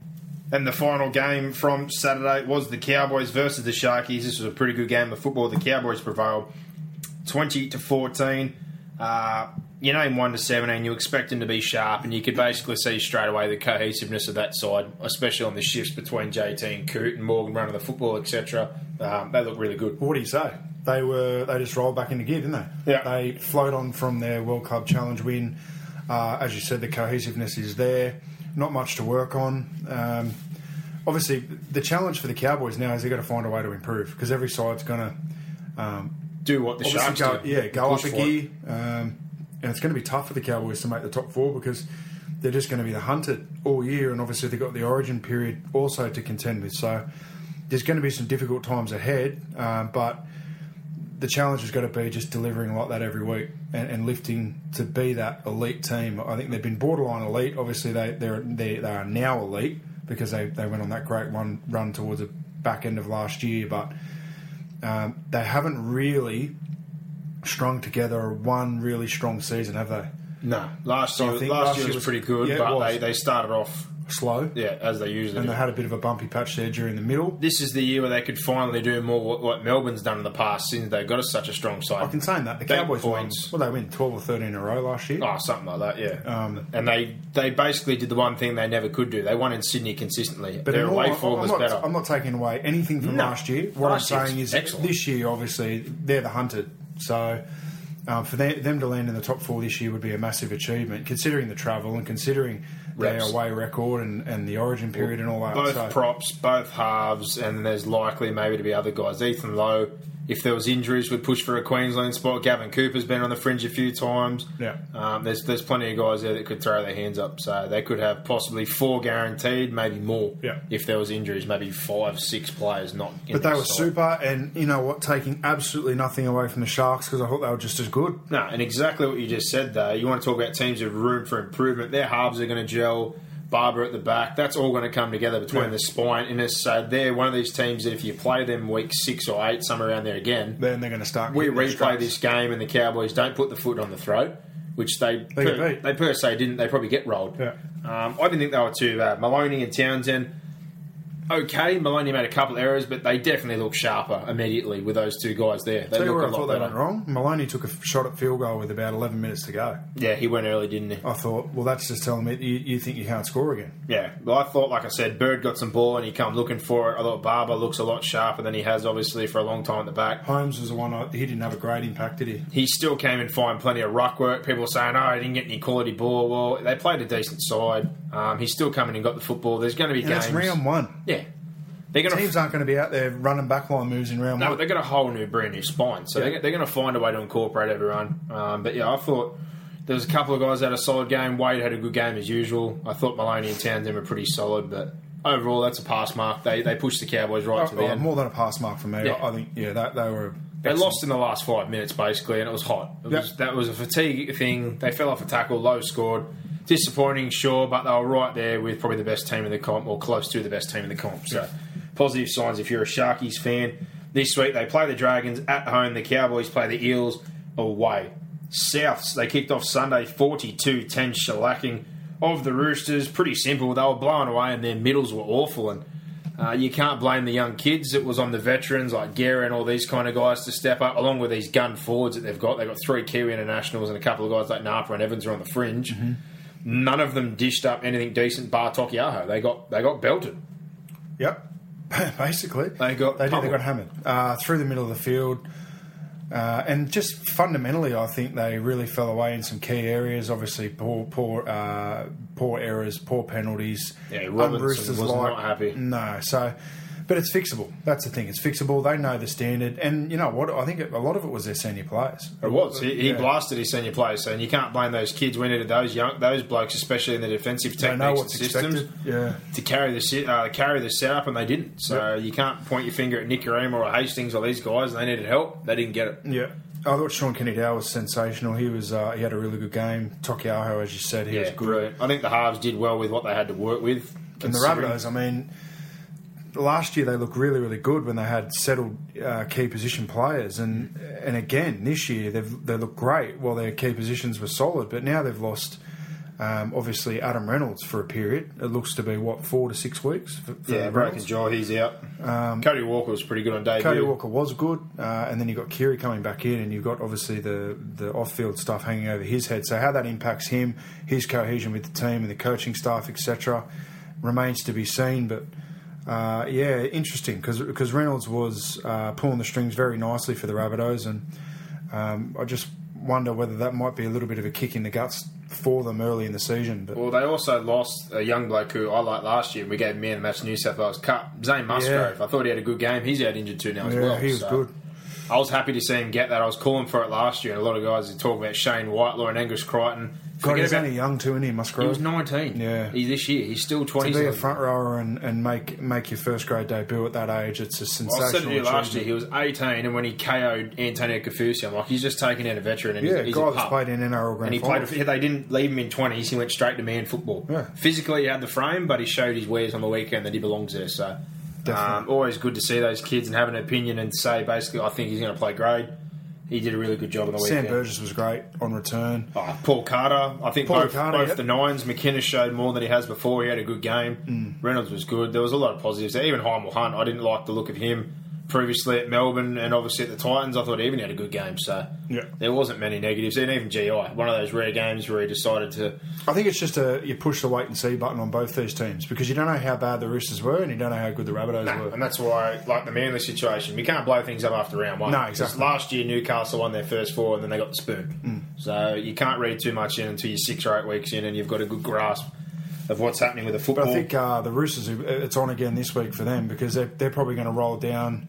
And the final game from Saturday was the Cowboys versus the Sharkies. This was a pretty good game of football. The Cowboys prevailed twenty to fourteen. Uh, you name one to seventeen, you expect them to be sharp, and you could basically see straight away the cohesiveness of that side, especially on the shifts between JT and Coot and Morgan running the football, etc. Um, they look really good.
What do you say? they were they just rolled back into gear, didn't they?
Yeah.
They flowed on from their World Club Challenge win. Uh, as you said, the cohesiveness is there. Not much to work on. Um, obviously, the challenge for the Cowboys now is they've got to find a way to improve because every side's going to
Do what the Sharks
go,
do.
yeah, go
Push
up a
for it.
gear. Um, and it's going to be tough for the Cowboys to make the top four because they're just going to be the hunted all year. And obviously, they've got the origin period also to contend with. So there's going to be some difficult times ahead. Um, but the challenge is going to be just delivering like that every week and, and lifting to be that elite team. I think they've been borderline elite. Obviously, they they're, they they are now elite because they, they went on that great one run towards the back end of last year. But um, they haven't really strung together one really strong season, have they?
No, last
I
year, last,
think last
year
year
was,
was-
pretty good,
yeah, it
but
was.
they, they started off
Slow.
yeah as they usually
And
do.
they had a bit of a bumpy patch there during the middle.
this is the year where they could finally do more what, what Melbourne's done in the past since they got us such a strong side.
I can say that the
Big
Cowboys won.
points.
Well, they win twelve or thirteen in a row last year.
Oh, something like that, yeah.
Um,
and they they basically did the one thing they never could do. They won in Sydney consistently.
But
Their
in all-
away form
I'm
was
not,
better.
I'm not taking away anything from
No.
last year. What
Last year
I'm
was
saying is
excellent.
this year, obviously, they're the hunted. So um, for them, them to land in the top four this year would be a massive achievement, considering the travel and considering
Reps.
their away record and, and the origin period and all that.
both
so,
props, both halves, and there's likely maybe to be other guys. Ethan Lowe, if there was injuries, would push for a Queensland spot. Gavin Cooper's been on the fringe a few times.
Yeah.
um, there's there's plenty of guys there that could throw their hands up. So they could have possibly four guaranteed, maybe more.
Yeah.
if there was injuries, maybe five, six players not. In
but they
the
were
side.
super, and you know what? Taking absolutely nothing away from the Sharks because I thought they were just as good.
No, and exactly what you just said there. You want to talk about teams with room for improvement. Their halves are going to gel. Barber at the back. That's all going to come together between
Yeah.
the spine and us. So they're one of these teams that if you play them week six or eight, somewhere around there again,
Then they're going to start.
we
hitting their
replay
straps.
this game and the Cowboys don't put the foot on the throat, which they
They get
per,
beat.
they per se didn't. They probably get rolled.
Yeah.
Um, I didn't think they were too bad. Maloney and Townsend. Okay, Maloney made a couple of errors, but they definitely look sharper immediately with those two guys there. They
Tell you
look
where
a
I thought
lot
they
better.
went wrong. Maloney took a f- shot at field goal with about 11 minutes to go.
Yeah, he went early, didn't he?
I thought, well, that's just telling me that you, you think you can't score again.
Yeah, well, I thought, like I said, Bird got some ball and he come looking for it. I thought Barber looks a lot sharper than he has, obviously, for a long time at the back.
Holmes was the one. I, he didn't have a great impact, did he?
He still came and find plenty of ruck work. People were saying, oh, he didn't get any quality ball. Well, they played a decent side. Um, he's still coming and got the football. There's going to be
And
games.
that's round one.
Yeah. They're going
Teams
to.
aren't going to be out there running backline moves in round
No,
one.
they got a whole new, brand new spine, so they're, they're going to find a way to incorporate everyone. Um, but yeah, I thought there was a couple of guys that had a solid game. Wade had a good game as usual. I thought Maloney and Townsend were pretty solid, but overall, that's a pass mark. They they pushed the Cowboys right to the
Oh,
end.
more than a pass mark for me.
Yeah.
I, I think, yeah, that, they were.
They lost in the last five minutes, basically, and it was hot. It
Yep.
was, that was a fatigue thing. They fell off a tackle, low scored. Disappointing, sure, but they were right there with probably the best team in the comp, or close to the best team in the comp. So, positive signs if you're a Sharkies fan. This week they play the Dragons at home. The Cowboys play the Eels away. Souths, they kicked off Sunday 42 10 shellacking of the Roosters. Pretty simple. They were blown away, and their middles were awful. And uh, you can't blame the young kids. It was on the veterans like Guerra and all these kind of guys to step up, along with these gun forwards that they've got. They've got three Kiwi internationals and a couple of guys like Napa and Evans are on the fringe. None of them dished up anything decent. Bar Tokiaho, they got they got belted.
Yep. Basically.
They got
They did. They
pummeled.
got hammered. Uh, through the middle of the field. Uh, and just fundamentally, I think they really fell away in some key areas. Obviously, poor, poor, uh, poor errors, poor penalties.
Yeah, Robinson
Unbrewster's
was
like-
not happy.
No, so, but it's fixable. That's the thing. It's fixable. They know the standard, and you know what? I think it, a lot of it was their senior players.
It was. He, he
Yeah.
blasted his senior players, so- and you can't blame those kids. We needed those young, those blokes, especially in the defensive techniques
They know
and
what's
systems.
expected. Yeah.
to carry the sit- uh, carry the setup, and they didn't. So you can't point your finger at Nicarima or Hastings or these guys. They needed help. They didn't get it.
Yeah. I thought Sean Kennedy was sensational. He was uh, he had a really good game. Tokiaho, as you said, he was
Yeah,
good.
brilliant. I think the halves did well with what they had to work with.
And the
considering-
Rabbitohs, I mean, last year they looked really, really good when they had settled uh, key position players, and and again this year they've they look great. Well, their key positions were solid, but now they've lost. Um, obviously, Adam Reynolds for a period. It looks to be what four to six weeks. For, for
Yeah, broken
Reynolds.
jaw. He's out. Cody Walker was pretty good on debut.
Um, Cody Walker was good, uh, and then you've got Kiri coming back in, and you've got obviously the, the off field stuff hanging over his head. So, how that impacts him, his cohesion with the team and the coaching staff, etc., remains to be seen. But Uh, yeah, interesting because Reynolds was uh, pulling the strings very nicely for the Rabbitohs, and um, I just wonder whether that might be a little bit of a kick in the guts for them early in the season. But
Well, they also lost a young bloke who I liked last year. and We gave him man of the match in New South Wales Cup, Zane Musgrove. I thought he had a good game. He's out injured too now as
yeah,
well.
he was
so
good.
I was happy to see him get that. I was calling for it last year, and a lot of guys are talking about Shane Whitelaw and Angus Crichton.
God,
Forget
he's
about-
only young too, isn't he, Musgrove?
he was 19.
Yeah.
He, this year, he's still 20.
to be a front rower and, and make make your first grade debut at that age, it's a sensational.
I said to you last year,
achievement.
he was 18, and when he KO'd Antonio Cafusi, I'm like, he's just taking out a veteran, and
Yeah,
he's, he's
guy
a
that's
pup.
played in NRL
and
grand
he
finals.
played. They didn't leave him in 20s. He went straight to man football.
Yeah.
Physically, he had the frame, but he showed his wares on the weekend that he belongs there. So, um,
Definitely.
always good to see those kids and have an opinion and say basically, I think he's going to play grade. He did a really good job on the
Sam
weekend.
Burgess was great on return.
Oh, Paul Carter. I think
Paul
both,
Carter,
both
yep.
the nines. McKinnis showed more than he has before. He had a good game.
Mm.
Reynolds was good. There was a lot of positives. there. Even Heimel Hunt. I didn't like the look of him previously at Melbourne and obviously at the Titans. I thought he even had a good game. So
Yeah.
there wasn't many negatives. And even GI, one of those rare games where he decided to.
I think it's just a you push the wait and see button on both these teams because you don't know how bad the Roosters were and you don't know how good the Rabbitohs were.
And that's why, like the Manly situation, we can't blow things up after round one.
No,
Because
exactly.
Last year, Newcastle won their first four and then they got the spoon.
Mm.
So you can't read too much in until you're six or eight weeks in and you've got a good grasp of what's happening with the football.
But I think uh, the Roosters, it's on again this week for them because they're, they're probably going to roll down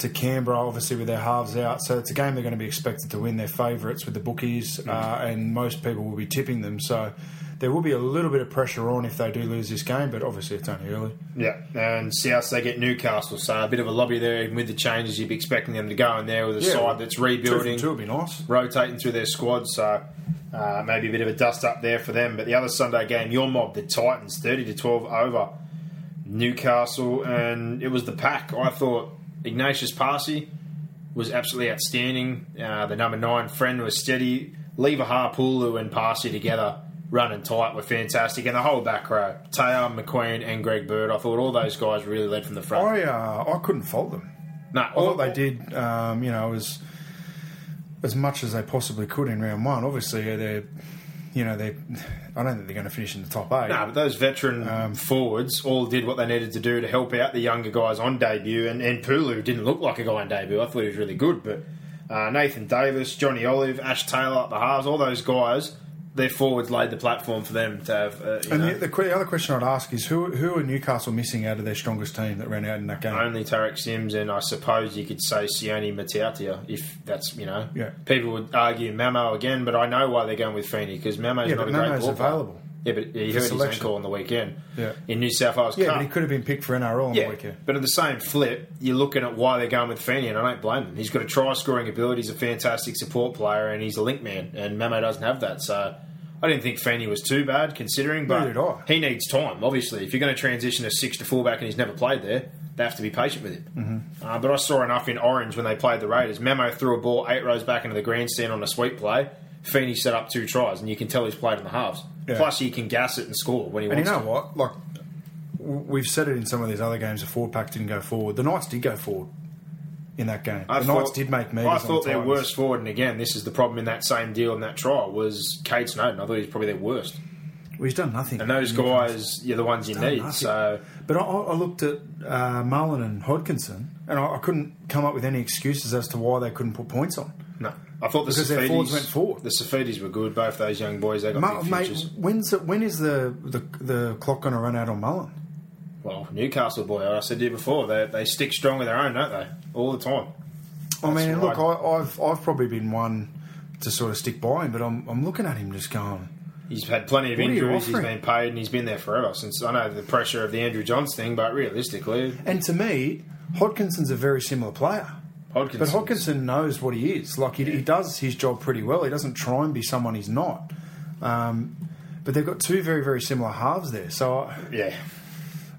to Canberra, obviously, with their halves out. So it's a game they're going to be expected to win. They're favourites with the bookies, uh, and most people will be tipping them. So there will be a little bit of pressure on if they do lose this game, but obviously it's only early.
Yeah, and South they get Newcastle, so a bit of a lobby there. Even with the changes, you'd be expecting them to go in there with a side that's rebuilding,
Two, for two would be nice.
rotating through their squad. So uh, maybe a bit of a dust up there for them. But the other Sunday game, your mob, the Titans, thirty to twelve over Newcastle, and it was the pack. I thought Ignatius Parsi was absolutely outstanding. Uh, the number nine friend was steady. Lever Harpulu and Parsi together, running tight, were fantastic. And the whole back row, Taylor, McQueen, and Greg Bird, I thought all those guys really led from the front.
I uh, I couldn't fault them.
No,
I thought they did, um, you know, as as much as they possibly could in round one. Obviously, they're, you know, they. I don't think they're going to finish in the top eight.
No, but those veteran um, forwards all did what they needed to do to help out the younger guys on debut. And, and Pulu didn't look like a guy on debut. I thought he was really good. But uh, Nathan Davis, Johnny Olive, Ash Taylor at the halves, all those guys, their forwards laid the platform for them to have. Uh, you
And
know,
the, the, que- the other question I'd ask is who who are Newcastle missing out of their strongest team that ran out in that game?
only Tarek Sims and I suppose you could say Sione Matautia if that's you know
Yeah.
people would argue Mamo again but I know why they're going with Feeney because Mamo's
Yeah,
not
but
a great
Mamo's
ball player.
available.
yeah but he
For
hurt his
selection.
ankle on the weekend
Yeah.
in New South Wales
yeah,
Cup
but he could have been picked for NRL on
Yeah,
the weekend.
but at the same flip, you're looking at why they're going with Feeney, and I don't blame them. He's got a try scoring ability, he's a fantastic support player, and he's a link man, and Mamo doesn't have that. So I didn't think Feeney was too bad considering, but
Neither did I.
he needs time, obviously. If you're going to transition a six to fullback and he's never played there, they have to be patient with him. Mm-hmm. Uh, but I saw enough in Orange when they played the Raiders. Memo threw a ball eight rows back into the grandstand on a sweep play. Feeney set up two tries, and you can tell he's played in the halves.
Yeah.
Plus, he can gas it and score when he
And you
wants
know
to.
what? Like w- we've said it in some of these other games, the four pack didn't go forward. The Knights did go forward in that game. the Knights did make me.
I thought their worst forward, and again, this is the problem in that same deal in that trial was Cade Snowden. I thought he was probably their worst,
Well, he's done nothing.
and those guys, you're the ones you
done
need.
nothing.
So
But I, I looked at uh, Marlin and Hodkinson, and I, I couldn't come up with any excuses as to why they couldn't put points on.
no, I thought the
Because their
Safidis-
forwards went forward.
The Safidis were good. Both those young boys, they got
Ma-
big
mate,
futures.
when's the, when is the, the the clock going to run out on Mullen?
Well, Newcastle boy, I said to you before, they they stick strong with their own, don't they? All the time.
I mean,
That's
look,
right.
I, I've I've probably been one to sort of stick by him, but I'm I'm looking at him just going.
He's had plenty of
What are you
injuries. He's
offering?
been paid, and he's been there forever. Since I know the pressure of the Andrew Johns thing, but realistically,
And to me, Hodkinson's a very similar player,
Hodgkinson.
but Hodkinson knows what he is. Like he, he does his job pretty well. He doesn't try and be someone he's not. Um, but they've got two very very similar halves there, so I,
yeah,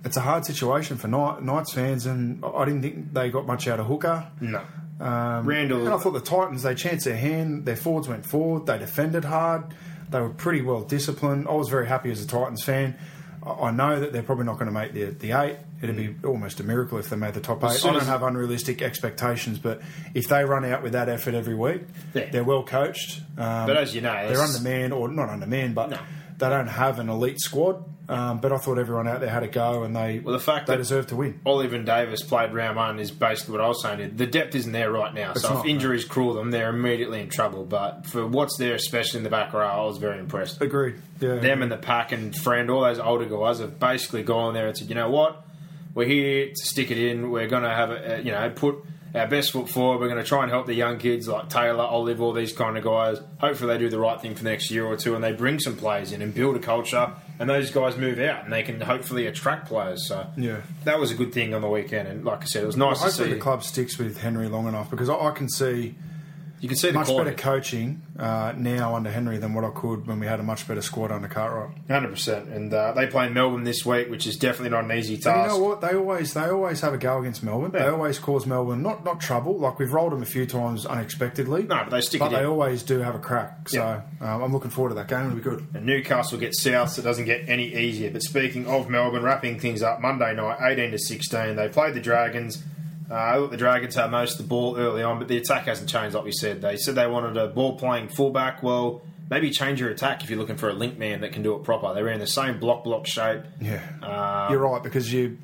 it's a hard situation for Knight, Knights fans. And I I didn't think they got much out of Hooker.
no. Randall,
Um, And I thought the Titans, they chanced their hand, their forwards went forward, they defended hard, they were pretty well disciplined. I was very happy as a Titans fan. I I know that they're probably not going to make the, the eight. It'd be almost a miracle if they made the top eight.
Mm. soon
I don't
as-
have unrealistic expectations, but if they run out with that effort every week,
Yeah.
they're well coached. Um,
but as you know,
they're
it's-
undermanned, or not undermanned, but
No.
they don't have an elite squad. Um, but I thought everyone out there had a go, and they
Well, the fact
they
that-
deserve to win.
Oliver and Davis played round one is basically what I was saying. The depth isn't there right now, so
not,
if injuries cruel them, they're immediately in trouble. But for what's there, especially in the back row, I was very impressed.
Agreed. Yeah.
Them and the pack and friend, all those older guys have basically gone there and said, you know what, we're here to stick it in. We're going to have a, a- you know put our best foot forward. We're going to try and help the young kids like Taylor, Olive, all these kind of guys. Hopefully, they do the right thing for the next year or two, and they bring some players in and build a culture. And those guys move out, and they can hopefully attract players. So
Yeah.
that was a good thing on the weekend. And like I said, it was nice to
Hopefully
see.
the club sticks with Henry long enough because I, I can see
you can see the
much
quality.
better coaching uh, now under Henry than what I could when we had a much better squad under Cartwright.
Hundred percent. And uh, they play Melbourne this week, which is definitely not an easy
You
task.
know what? They always they always have a go against Melbourne. They
Yeah.
always cause Melbourne not not trouble. Like we've rolled them a few times unexpectedly.
No, but they stick
But
it
they
in.
always do have a crack. So
Yeah.
um, I'm looking forward to that game. It'll be good.
And Newcastle gets South, so it doesn't get any easier. But speaking of Melbourne, wrapping things up Monday night, eighteen to sixteen, they played the Dragons. Uh, I thought the Dragons had most of the ball early on, but the attack hasn't changed. Like we said, they said they wanted a ball playing fullback. Well, maybe change your attack if you're looking for a link man that can do it proper. They were in the same block block shape.
Yeah, you're right because you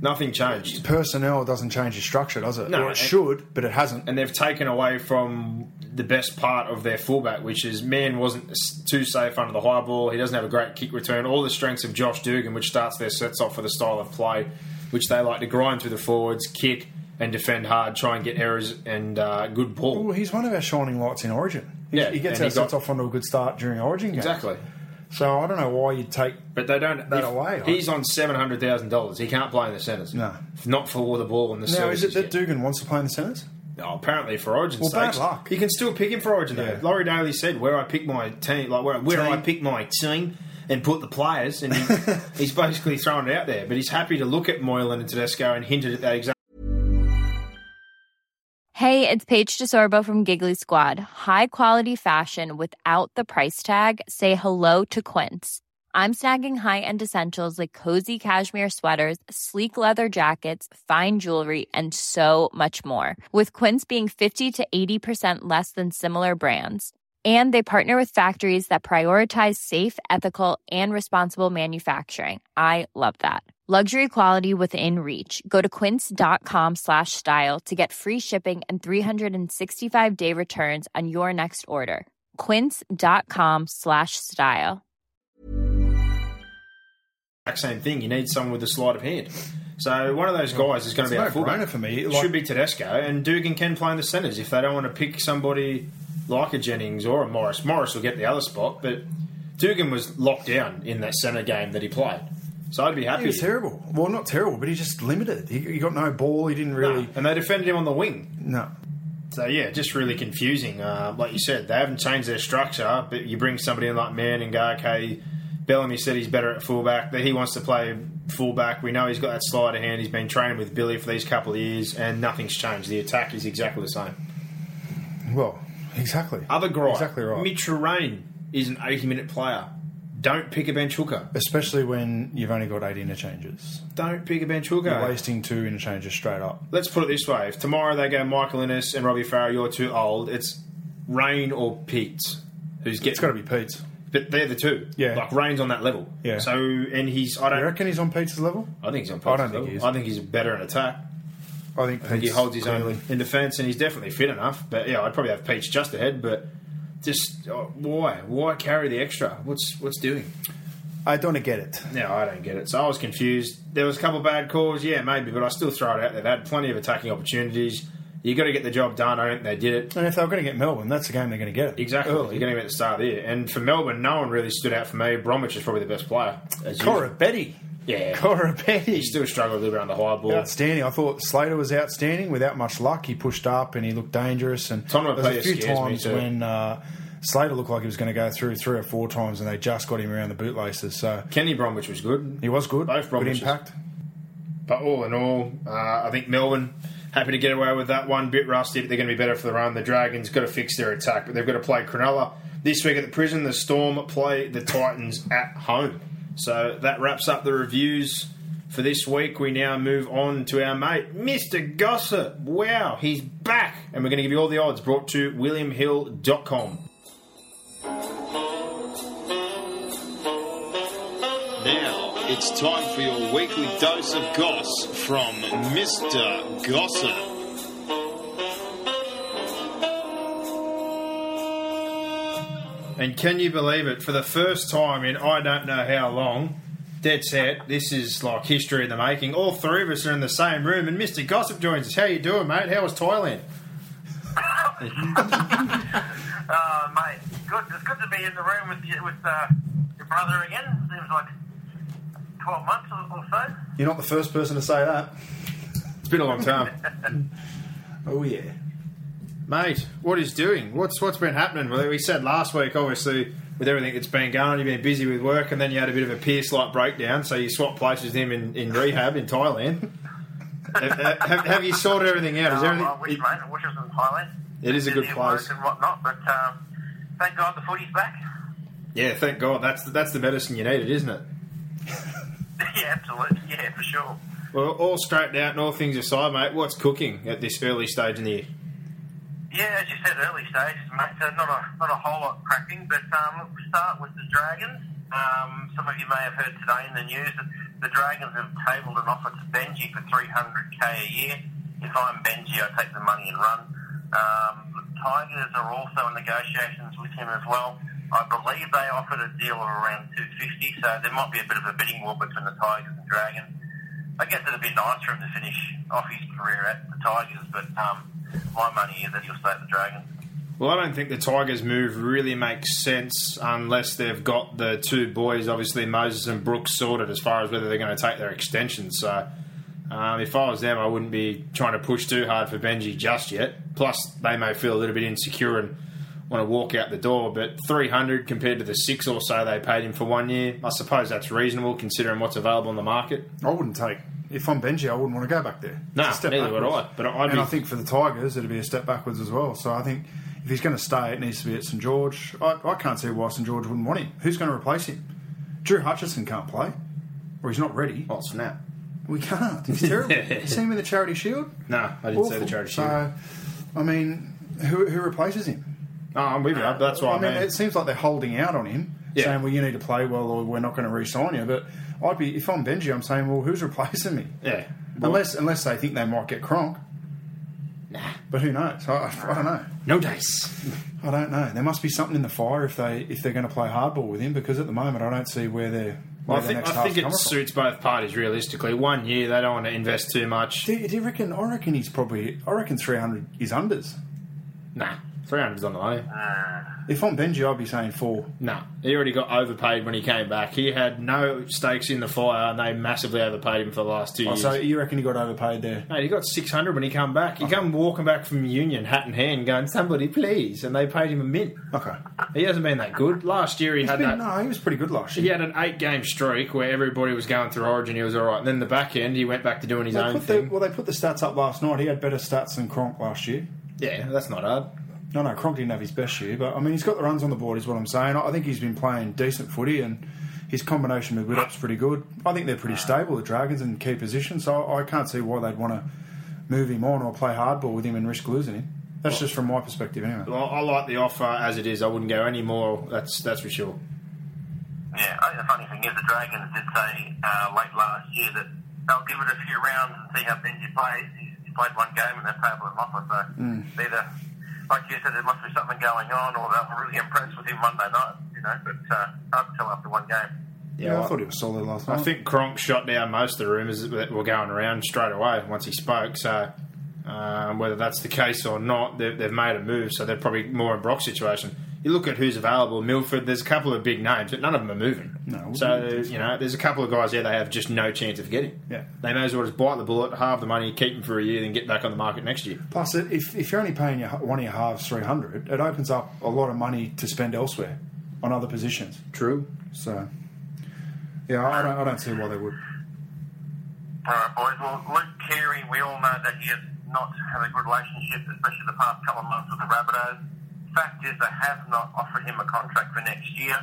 Nothing changed.
personnel doesn't change your structure, does it?
No,
or it
it-
should, but it hasn't.
and they've taken away from the best part of their fullback, which is man wasn't s- too safe under the high ball. He doesn't have a great kick return. All the strengths of Josh Dugan, which starts their sets off with a style of play, which they like to grind through the forwards, kick and defend hard, try and get errors and uh, good ball.
Well, he's one of our shining lights in Origin. He,
Yeah,
he gets
and
our
he got-
sets off onto a good start during Origin. games.
Exactly,
So I don't know why you'd take.
but they don't.
That
if-
away, I-
he's on seven hundred thousand dollars. He can't play in the centres.
No.
not for the ball in the
Now
services
is it that
yet.
Dugan wants to play in the centres?
Oh, apparently for Origin
Well, bad
sakes.
luck.
You can still pick him for Origin though.
Yeah.
Laurie Daly said where I pick my team, like where, where
Team.
I pick my team and put the players, and he, he's basically throwing it out there. But he's happy to look at Moylan and Tedesco and hinted at that exact.
Hey, it's Paige DeSorbo from Giggly Squad. High quality fashion without the price tag. Say hello to Quince. I'm snagging high-end essentials like cozy cashmere sweaters, sleek leather jackets, fine jewelry, and so much more. With Quince being 50 to 80% less than similar brands. And they partner with factories that prioritize safe, ethical, and responsible manufacturing. I love that. Luxury quality within reach. Go to quince.com slash style to get free shipping and 365 day returns on your next order. Quince.com slash style.
exact same thing. You need someone with a sleight of hand. So one of those guys is going
It's
to be
a
our fullback.
no-brainer for me.
It
Like-
should be Tedesco and Dugan can play in the centres if they don't want to pick somebody like a Jennings or a Morris. Morris will get the other spot, but Dugan was locked down in that centre game that he played. So I'd be happy.
He was terrible. Well, not terrible, but he just limited. He, he got no ball. He didn't really.
and they defended him on the wing.
No.
So yeah, just really confusing. Uh, like you said, they haven't changed their structure, but you bring somebody in like Mann and go, okay, Bellamy said he's better at fullback, that he wants to play fullback. We know he's got that slider hand. He's been training with Billy for these couple of years, and nothing's changed. The attack is exactly the same.
Well, exactly.
Other gripe,
Exactly right.
Mitch Rain is an 80 minute player. Don't pick a bench hooker.
Especially when you've only got eight interchanges.
Don't pick a bench
You're
hooker.
wasting two interchanges straight up.
Let's put it this way: if tomorrow they go Michael Innes and Robbie Farrow, you're too old. It's Rain or Pete who's
It's got to
getting
be Pete's.
But they're the two.
Yeah.
Like Rain's on that level.
Yeah.
So and he's I
You
don't
reckon he's on Pete's level?
I think he's on
I
Pete's
don't think
level.
he is.
I think he's better in attack.
I think
I think
Pete's.
he holds his
clearly-
own in defence and he's definitely fit enough. But yeah, I'd probably have Peach just ahead, but just oh, why? Why carry the extra? What's what's doing?
I don't get it.
No, I don't get it. So I was confused. There was a couple bad calls, yeah, maybe, but I still throw it out there. They had plenty of attacking opportunities. You got to get the job done. I don't think they did it.
And if they're going to get Melbourne, that's the game they're going to get it.
Exactly. You're going to be at the start of the year. And for Melbourne, no one really stood out for me. Bromwich is probably the best player. as usual.
Cora Betty.
Yeah.
Cora
He
Betty.
still struggled a little bit on the high ball.
Outstanding. I thought Slater was outstanding. Without much luck, he pushed up and he looked dangerous. And
Tonga
there was a
player
few
scares me
times
too.
when uh, Slater looked like he was going to go through three or four times, and they just got him around the bootlaces. So
Kenny Bromwich was good.
he was good.
Both
good
Bromwiches.
impact.
But all in all, uh, I think Melbourne happy to get away with that one. Bit rusty, but they're going to be better for the run. The Dragons got to fix their attack, but they've got to play Cronulla this week at the prison. The Storm play the Titans at home. So that wraps up the reviews for this week. We now move on to our mate, Mr. Gossip. Wow, he's back. And we're going to give you all the odds brought to WilliamHill.com. Now,
It's time for your weekly dose of goss from Mr. Gossip.
And can you believe it? For the first time in I don't know how long, dead set. This is like history in the making. All three of us are in the same room, and Mister Gossip joins us. How you doing, mate? How was Thailand?
Oh, mate, good. It's good to be in the room with you, with uh, your brother again. Seems like twelve months or, or so.
You're not the first person to say that.
It's been a long time,
Oh yeah.
mate. What is doing? What's what's been happening? Well, we said last week, obviously, with everything that's been going on, you've been busy with work, and then you had a bit of a Pierce like breakdown, so you swapped places with him in, in rehab in Thailand. have, have- have you sorted everything out? Is
Uh,
everything?
I wish, mate. I wish it was in Thailand.
It is a good
Busy at work
place.
and whatnot. But um, thank God the footy's back.
yeah, thank God. That's that's the medicine you needed, isn't it?
yeah, absolutely. Yeah, for sure.
Well, all straightened out and all things aside, mate, what's cooking at this early stage in the year?
Yeah, as you said, early stages, mate. So not a not a whole lot cracking, but um, look, we start with the Dragons. Um, some of you may have heard today in the news that the Dragons have tabled an offer to Benji for 300k a year. If I'm Benji, I take the money and run. Um, the Tigers are also in negotiations with him as well. I believe they offered a deal of around 250, so there might be a bit of a bidding war between the Tigers and Dragons. I guess it'd be nice for him to finish off his career at the Tigers, but um, my money is that he'll stay at the Dragons.
Well, I don't think the Tigers' move really makes sense unless they've got the two boys, obviously Moses and Brooks, sorted as far as whether they're going to take their extensions. So, um, if I was them, I wouldn't be trying to push too hard for Benji just yet. Plus, they may feel a little bit insecure and want to walk out the door. But 300 compared to the six or so they paid him for one year, I suppose that's reasonable considering what's available on the market.
I wouldn't take. If I'm Benji, I wouldn't want to go back there.
No,
It's a step
neither would
backwards.
I, but I'd
and
be-
I think for the Tigers, it'd be a step backwards as well. So I think if he's going to stay, it needs to be at St George. I, I can't see why St George wouldn't want him. Who's going to replace him? Drew Hutchison can't play, or he's not ready.
Oh, snap.
We can't. He's terrible. you seen him in the Charity Shield?
No, I didn't say the charity
Awful.
shield.
So, I mean, who, who replaces him?
No, Oh, I'm with you. That's
I
what I,
mean,
mean.
it seems like they're holding out on him,
Yeah.
saying, "Well, you need to play well, or we're not going to re-sign you." But I'd be, if I'm Benji, I'm saying, "Well, who's replacing me?"
yeah.
unless unless they think they might get Cronk. Nah, but who knows? I, I don't know.
No dice.
I don't know. There must be something in the fire if they if they're going to play hardball with him because at the moment I don't see where they're. Where
I think, I think it suits both parties realistically. One year, they don't want to invest too much.
Do, you- do you reckon? I reckon he's probably. I reckon three hundred is unders.
Nah, 300's on the low.
If I'm Benji, I'd be saying four.
Nah, he already got overpaid when he came back. He had no stakes in the fire, and they massively overpaid him for the last two
Oh,
years.
so you reckon he Uh-huh. got overpaid there?
Mate, he got 600 when he come back. He come walking back from Union, hat in hand, going, somebody please, and they paid him a mint.
Okay.
He hasn't been that good. Last year, he
He's
had
been,
that...
no, he was pretty good last year.
He had an eight-game streak where everybody was going through Origin. He was all right. And then the back end, he went back to doing his
They
own
put the,
thing.
well, they put the stats up last night. He had better stats than Cronk last year.
yeah, that's not hard.
No, no, Cronk didn't have his best year, but I mean, he's got the runs on the board, is what I'm saying. I I think he's been playing decent footy, and his combination with Widop's pretty good. I think they're pretty stable, the Dragons, in key positions, so I I can't see why they'd want to move him on or play hardball with him and risk losing him. That's just from my perspective, anyway.
Well, I like the offer as it is. I wouldn't go any more. That's that's for sure.
Yeah, I think the funny thing is the Dragons did say uh, late last year that they'll give it a few rounds and see how Benji plays. He's, he played one game and they've tabled him off it, so either, like you said, there must be something going on or they were really impressed with him Monday night, you know, but uh, up until after one game.
yeah, I thought he was solid last
I
night.
think Kronk shot down most of the rumours that were going around straight away once he spoke. So um, whether that's the case or not, they've, they've made a move. So they're probably more in Brock's situation. You look at who's available. Milford. There's a couple of big names, but none of them are moving.
No.
So you know, there's a couple of guys there they have just no chance of getting.
Yeah.
They may as well just bite the bullet, halve the money, keep them for a year, then get back on the market next year.
Plus, it- if, if you're only paying your, one of your halves 300, it opens up a lot of money to spend elsewhere on other positions.
True.
So, yeah, I don't, I don't see why they would.
All right, boys. Well, Luke Carey, we all know that he has not had a good relationship, especially the past couple of months with the Rabbitohs. Fact is, they have not offered him a contract for next year.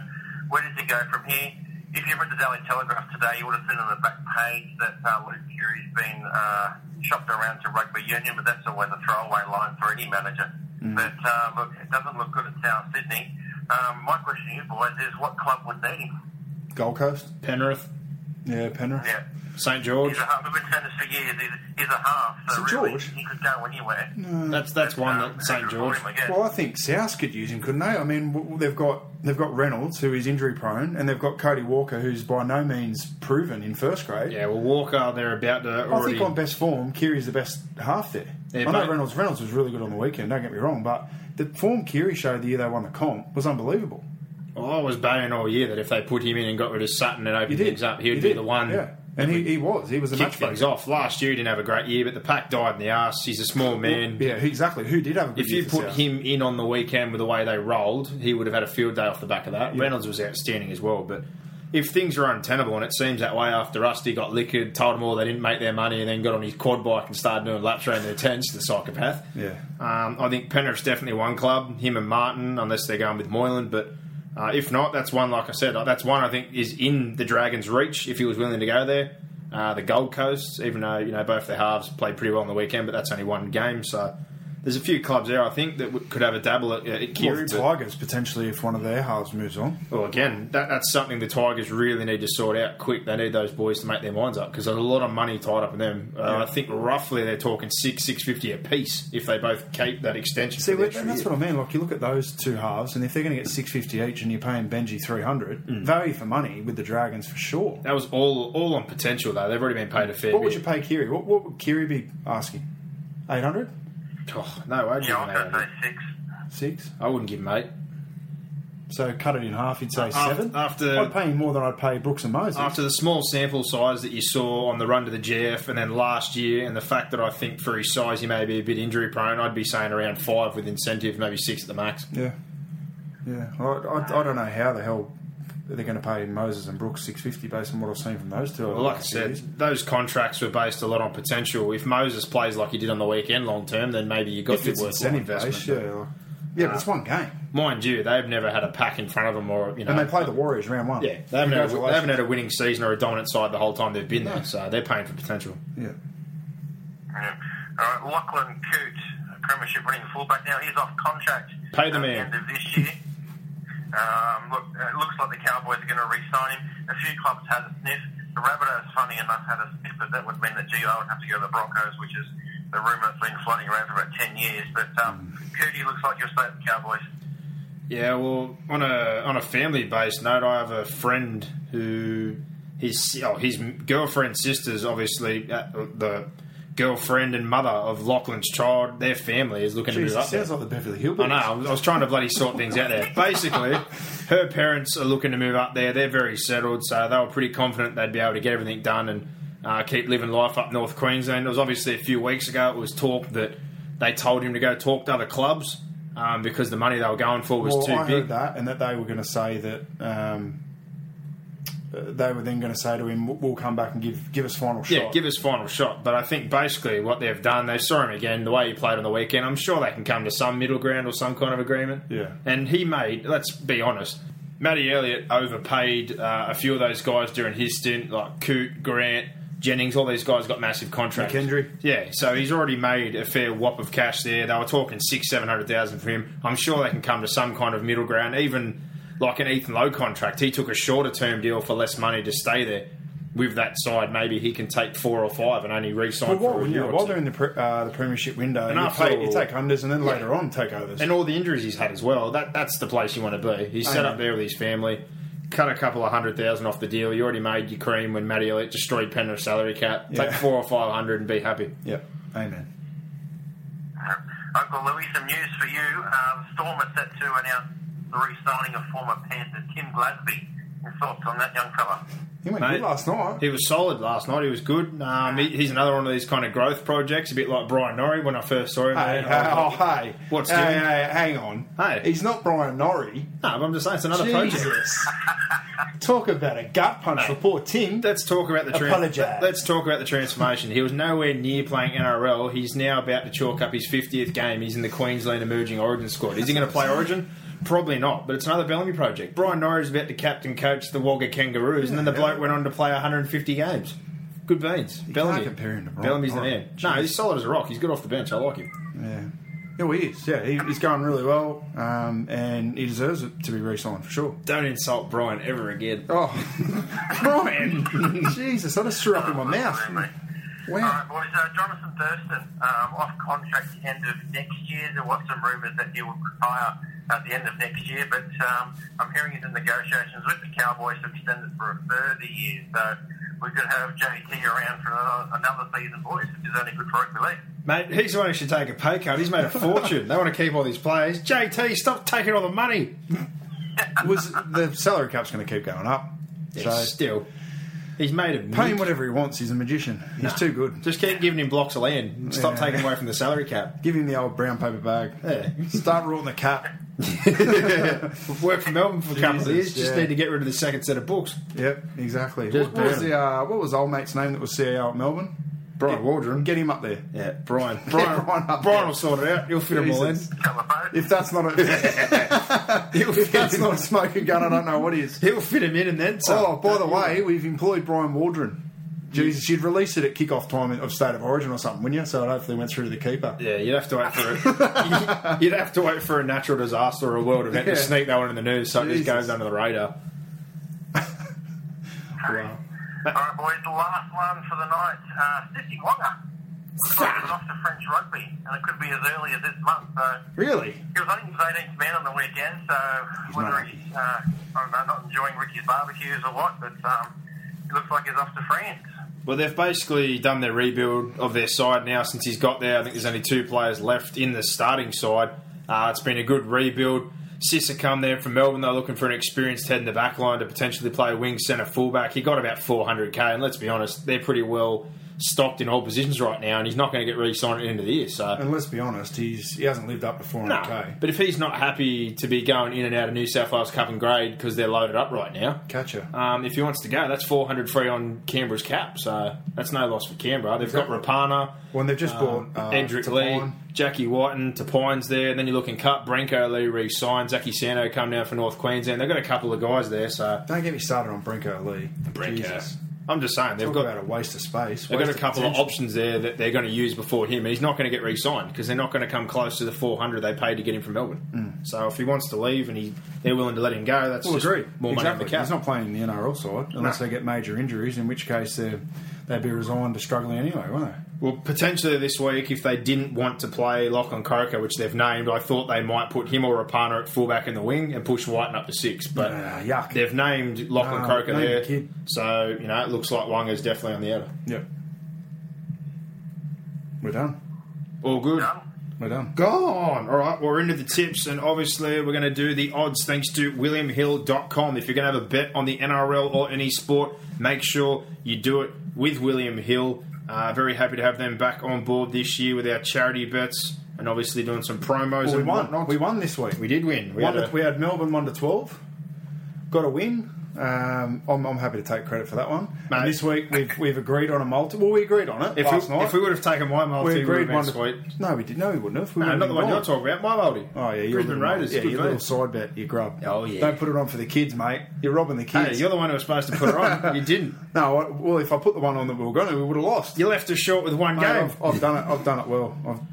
Where does he go from here? If you read the Daily Telegraph today, you would have seen on the back page that uh, Luke Carey's been uh, shopped around to rugby union, but that's always a throwaway line for any manager. But uh, look, it doesn't look good at South Sydney. Um, my question to you, boys, is what club would need him?
Gold Coast?
Penrith.
Yeah, Penrith.
Yeah.
St
He's
George.
a half. We've been saying this for years. He's, he's a half. So
St.
really,
George?
He could go anywhere. Um,
That's that's one that St George.
Well, I think South could use him, couldn't they? I mean, w- w- they've got they've got Reynolds, who is injury prone, and they've got Cody Walker, who's by no means proven in first grade.
Yeah, well Walker they're about to
I think
already.
on best form, Kiri's the best half there.
Yeah,
I know
but-
Reynolds Reynolds was really good on the weekend. Don't get me wrong, but the form Kiri showed the year they won the comp was unbelievable.
Well, I was baying all year that if they put him in and got rid of Sutton and
He
opened
did.
things up, he would
He
be
did.
the one.
Yeah, and he, he was. He was a
Kick
match
things
maker.
off. Last year he didn't have a great year, but the pack died in the arse. He's a small man.
Yeah, exactly. Who did have a good
If
year
you
for
put
South?
him in on the weekend with the way they rolled, he would have had a field day off the back of that. Reynolds was outstanding as well, but if things are untenable, and it seems that way after Rusty got liquored, told them all they didn't make their money, and then got on his quad bike and started doing laps around their tents, the psychopath.
Yeah.
Um, I think Penrith's definitely one club, him and Martin, unless they're going with Moylan, but. Uh, if not, that's one, like I said, uh, that's one I think is in the Dragons' reach if he was willing to go there. Uh, the Gold Coast, even though, you know, both their halves played pretty well on the weekend, but that's only one game, so there's a few clubs there, I think, that w- could have a dabble at, at
Well,
Kiri.
the
but-
Tigers potentially if one of their halves moves on.
well, again, that, that's something the Tigers really need to sort out quick. They need those boys to make their minds up because there's a lot of money tied up in them. Uh, I think roughly they're talking six, six fifty a piece if they both keep that extension.
See,
for the
well,
extra
and that's
year.
what I mean. Like, you look at those two halves, and if they're going to get six fifty each, and you're paying Benji three hundred,
Mm.
value for money with the Dragons for sure.
That was all all on potential though. They've already been paid a fair
What
bit.
would you pay Kiri? What, what would Kiri be asking? Eight hundred,
Oh, no, I'd
Yeah, I was
give
going
him
to
that.
say six.
six.
I wouldn't give him eight.
So cut it in half. You'd say
Uh, After-
seven.
after-
I'd pay him more than I'd pay Brooks and Moses.
After the small sample size that you saw on the run to the GF and then last year, and the fact that I think for his size he may be a bit injury prone, I'd be saying around five with incentive, maybe six at the max.
yeah, yeah. I, I, I don't know how the hell they're going to pay Moses and Brooks six fifty based on what I've seen from those two.
Well, like I said, those contracts were based a lot on potential. If Moses plays like he did on the weekend long term, then maybe you got
if
your
it's
worthwhile
incentive
investment.
based, yeah, like- yeah,
uh,
but it's one game,
Mind you, they've never had a pack in front of them, or you know,
and they play the Warriors round one.
yeah, they haven't, had a, they haven't
Congratulations.
had a winning season or a dominant side the whole time they've been there, so they're paying for potential.
Yeah.
Yeah. All right, Lachlan Coote, Premiership winning fullback. Now he's off contract
Pay the man.
at the end of this year. Um, look, it looks like the Cowboys are going to re-sign him. A few clubs had a sniff. The Rabbitohs, funny enough, had a sniff, but that would mean that GI would have to go to the Broncos, which is the rumour that's been floating around for about 10 years. But um,
Mm.
Cootie looks like you'll stay at the Cowboys.
Yeah, well, on a on a family based note, I have a friend who his oh, his girlfriend's sister's obviously uh, the girlfriend and mother of Lachlan's child. Their family is looking to
Jeez,
move
it
up. there.
sounds like the Beverly Hillbillies.
I know. I was- I was trying to bloody sort things out there. Basically, her parents are looking to move up there. They're very settled, so they were pretty confident they'd be able to get everything done and uh, keep living life up North Queensland. It was obviously a few weeks ago. It was talk that they told him to go talk to other clubs um, because the money they were going for was
Well,
too
I
big.
heard that, and that they were going to say that um, uh, they were then going to say to him, "We'll- "We'll come back and give give us final shot."
Yeah, give his final shot. But I think basically what they've done, they saw him again, the way he played on the weekend. I'm sure they can come to some middle ground or some kind of agreement.
Yeah.
And he made, let's be honest, Matty Elliott overpaid uh, a few of those guys during his stint, like Coote, Grant, Jennings, all these guys got massive contracts.
McKendry.
Yeah, so he's already made a fair whop of cash there. They were talking six, seven hundred thousand for him. I'm sure they can come to some kind of middle ground, even like an Ethan Lowe contract. He took a shorter term deal for less money to stay there. With that side, maybe he can take four or five and only re-sign
But
for
while,
a year.
yeah,
or
while
two.
they're in the, pre- uh, the premiership window,
And
you,
after
play, you
all-
take unders, and then later on take overs.
and all the injuries he's had as well. That that's the place you want to be. He's set
Amen.
up there with his family. Cut a couple of hundred thousand off the deal. You already made your cream when Matty Elliott destroyed Penrith's salary cap.
Yeah.
Take four or five hundred and be happy.
yeah, amen.
Uncle Louis, some news for you. Um, Storm are set to announce the re-signing of former Panther Tim Gladby. Your thoughts on that young fella?
He went
Mate,
good last night.
He was solid last night. He was good. Um, he, he's another one of these kind of growth projects, a bit like Brian Norrie when I first saw him.
hey,
And
hey,
I
oh,
was like,
hey,
What's
hey,
doing?
hey, hang on.
Hey.
he's not Brian Norrie.
No, but I'm just saying it's another project.
Jesus, talk about a gut punch for poor Tim.
Let's talk about the
Apologise.
Let's talk about the transformation. He was nowhere near playing NRL. He's now about to chalk up his 50th game. He's in the Queensland Emerging Origin squad. Is he going to play Origin? Probably not, but it's another Bellamy project. Brian Norrie's about to captain coach the Wagga Kangaroos, and then the bloke went on to play 150 games. Good beans. Bellamy.
compare him to Brian
Bellamy's the
Norrie.
man. No, he's solid as a rock. He's good off the bench. I like him.
Yeah. Yeah, well, he is. Yeah, he, he's going really well, um, and he deserves it to be re-signed for sure.
Don't insult Brian ever again.
Oh, Brian! Jesus, I just threw up in my mouth.
Absolutely. All
Wow.
right, boys. Uh, Jonathan Thurston, um, off contract end of next year. There was some rumours that he would retire at the end of next year, but um, I'm hearing he's in negotiations with the Cowboys to extend it for a further year. So we could have JT around for another, another season, boys, which is only good for rugby league.
Mate, he's the one who should take a pay cut. He's made a fortune. they want to keep all these players. JT, stop taking all the money.
Was the salary cap's going to keep going up?
So still, he's made a
Pay him
mint.
whatever he wants. He's a magician. He's too good.
Just keep giving him blocks of land. and Stop
Yeah.
taking away from the salary cap.
Give him the old brown paper bag.
Yeah.
Start rorting the cat.
We've worked for Melbourne for a couple of years.
Jesus,
Just
yeah.
need to get rid of the second set of books.
Yep, exactly.
Just
What, what was
burn him.
the uh, what was old mate's name that was CAO at Melbourne?
Brian Waldron.
Get him up there.
yeah, Brian.
Brian
Brian, Brian,
up there.
will sort it out. He'll fit them all in.
Jesus.
Couple of votes.
If that's not a if that's not a smoking gun, I don't know what is.
He'll fit him in and then
Oh,
some.
by the way, we've employed Brian Waldron. Jesus, you'd release it at kick-off time of State of Origin or something, wouldn't you? So it hopefully went through to the keeper.
Yeah, you'd have to wait for a, you'd have to wait for a natural disaster or a world event to
Yeah.
sneak that one in the news so it just
Jesus.
goes under the radar.
Wow.
All right, boys. The last one for the night. Uh, Sissy Wonga. Looks like he's off to French rugby, and it could be as early as this month. So.
Really?
He was only his 18th man on the weekend, so whether
not
he's uh, I don't know, not enjoying Ricky's barbecues or what, but um, it looks like he's off to France.
Well, they've basically done their rebuild of their side now since he's got there. I think there's only two players left in the starting side. Uh, it's been a good rebuild. Sissa come there from Melbourne. They're looking for an experienced head in the back line to potentially play wing centre fullback. He got about 400k, and let's be honest, they're pretty well stocked in all positions right now, and he's not going to get re-signed at the end of the year. So
And let's be honest, he's he hasn't lived up to 400k.
no. But if he's not happy to be going in and out of New South Wales Cup and grade because they're loaded up right now,
Catcher.
um, if he wants to go, that's 400 free on Canberra's cap, so that's no loss for Canberra. They've got Rapana,
Well, and they've just
um,
bought uh,
Endrick Lee,
Tapine.
Jackie Whiten, Tapine's there. Then you're looking Cup, Branko Lee re-signed, Zaki Sano come down for North Queensland. They've got a couple of guys there, so
Don't get me started on Brinko Lee.
Branko.
Jesus.
I'm just saying they've
Talk
got
about a waste of space.
They've got a
waste
couple of
potential.
options there that they're going to use before him. He's not going to get re-signed because they're not going to come close to the 400 they paid to get him from Melbourne. So if he wants to leave and he they're willing to let him go, that's
Hmm. Well,
just
agree.
more money on the
exactly.
cap.
He's not playing in the NRL side unless
No.
they get major injuries, in which case they're- they'd be resigned to struggling anyway, won't they?
well, potentially this week, if they didn't want to play Lachlan Croker, which they've named, I thought they might put him or Rapana at fullback in the wing and push Whiten up to six. But
Ah, yuck.
they've named Lachlan
No,
Croker
name the
there,
kid.
so you know it looks like Wonga's definitely on the outer.
Yep. We're done.
All good.
We're done.
Gone. All right, we're into the tips, and obviously we're going to do the odds thanks to WilliamHill.com. If you're going to have a bet on the NRL or any sport, make sure you do it with William Hill. Uh, very happy to have them back on board this year with our charity bets, and obviously doing some promos.
Well, we
and
won.
whatnot.
We won this week.
We did win. We
We, had,
had a-
we had Melbourne one to twelve. Got a win. Um, I'm, I'm happy to take credit for that one.
Mate.
And this week we've we've agreed on a multi. Well, we agreed on it
if,
last
we,
night.
if we would have taken my multi, we would have been sweet.
No, we did. No, we wouldn't have.
No,
We wouldn't
not
have
the
been
one you're
gone.
talking about. My multi.
Oh yeah, you're
Raiders.
the one.
Raiders.
Yeah,
Good
your
for
little
you.
side bet, you grub.
Oh, yeah.
Don't put it on for the kids, mate. You're robbing the
Hey,
kids.
you're the one who was supposed to put it on. You didn't.
no, I, well, if I put the one on that we were going to, we would have lost.
You left us short with one
Mate,
game.
I've, I've done it. I've done it well. I've,
at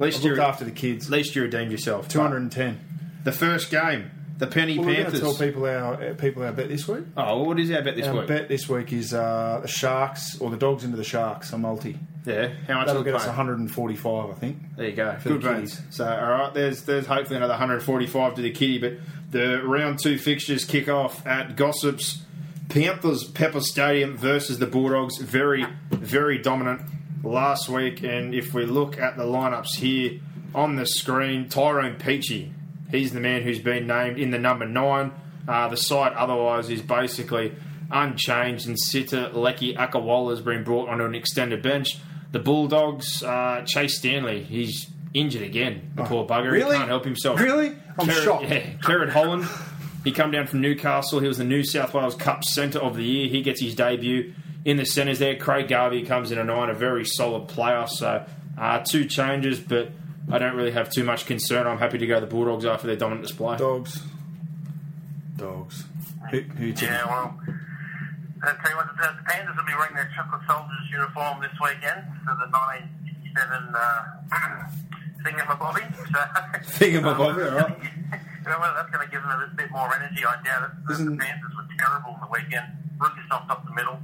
least
I've
you
looked after the kids.
At least you redeemed yourself.
Two hundred and ten.
The first game, the Penny
Well, we're going to
Panthers.
tell people our uh, people our bet this week.
Oh, what is our bet this
Our
week?
bet this week is uh, the sharks or the dogs into the sharks. A multi.
Yeah, how much
That'll
will
get
it
us
pay?
145, I think.
There you go.
for
Good
the
runs.
kiddies.
So, all right, there's there's hopefully another 145 to the kitty, but the round two fixtures kick off at Gossips. Panthers Pepper Stadium versus the Bulldogs. Very, very dominant last week. And if we look at the lineups here on the screen, Tyrone Peachy, he's the man who's been named in the number nine. Uh, the side otherwise is basically unchanged, and Sitter Lecky Akawala has been brought onto an extended bench. The Bulldogs, uh, Chase Stanley, he's injured again. The poor bugger,
Oh, really?
he can't help himself.
Really? I'm
Kerrod-
shocked.
Yeah, Kerrod Holland. He come down from Newcastle. He was the New South Wales Cup centre of the year. He gets his debut in the centres there. Craig Garvey comes in a nine, a very solid player. So uh, two changes, but I don't really have too much concern. I'm happy to go the Bulldogs after their dominant display.
Dogs. Dogs. Who, who you tipping?
Yeah, well, I tell you what, the, the Panthers will be wearing their chocolate soldiers uniform this weekend for the 1967 uh, thingamabobby. So,
Thingamabobby, all right.
Well, well, that's going to give them a bit more energy. I doubt it. The,
Isn't-
the Panthers were terrible in the weekend. Really soft up the middle.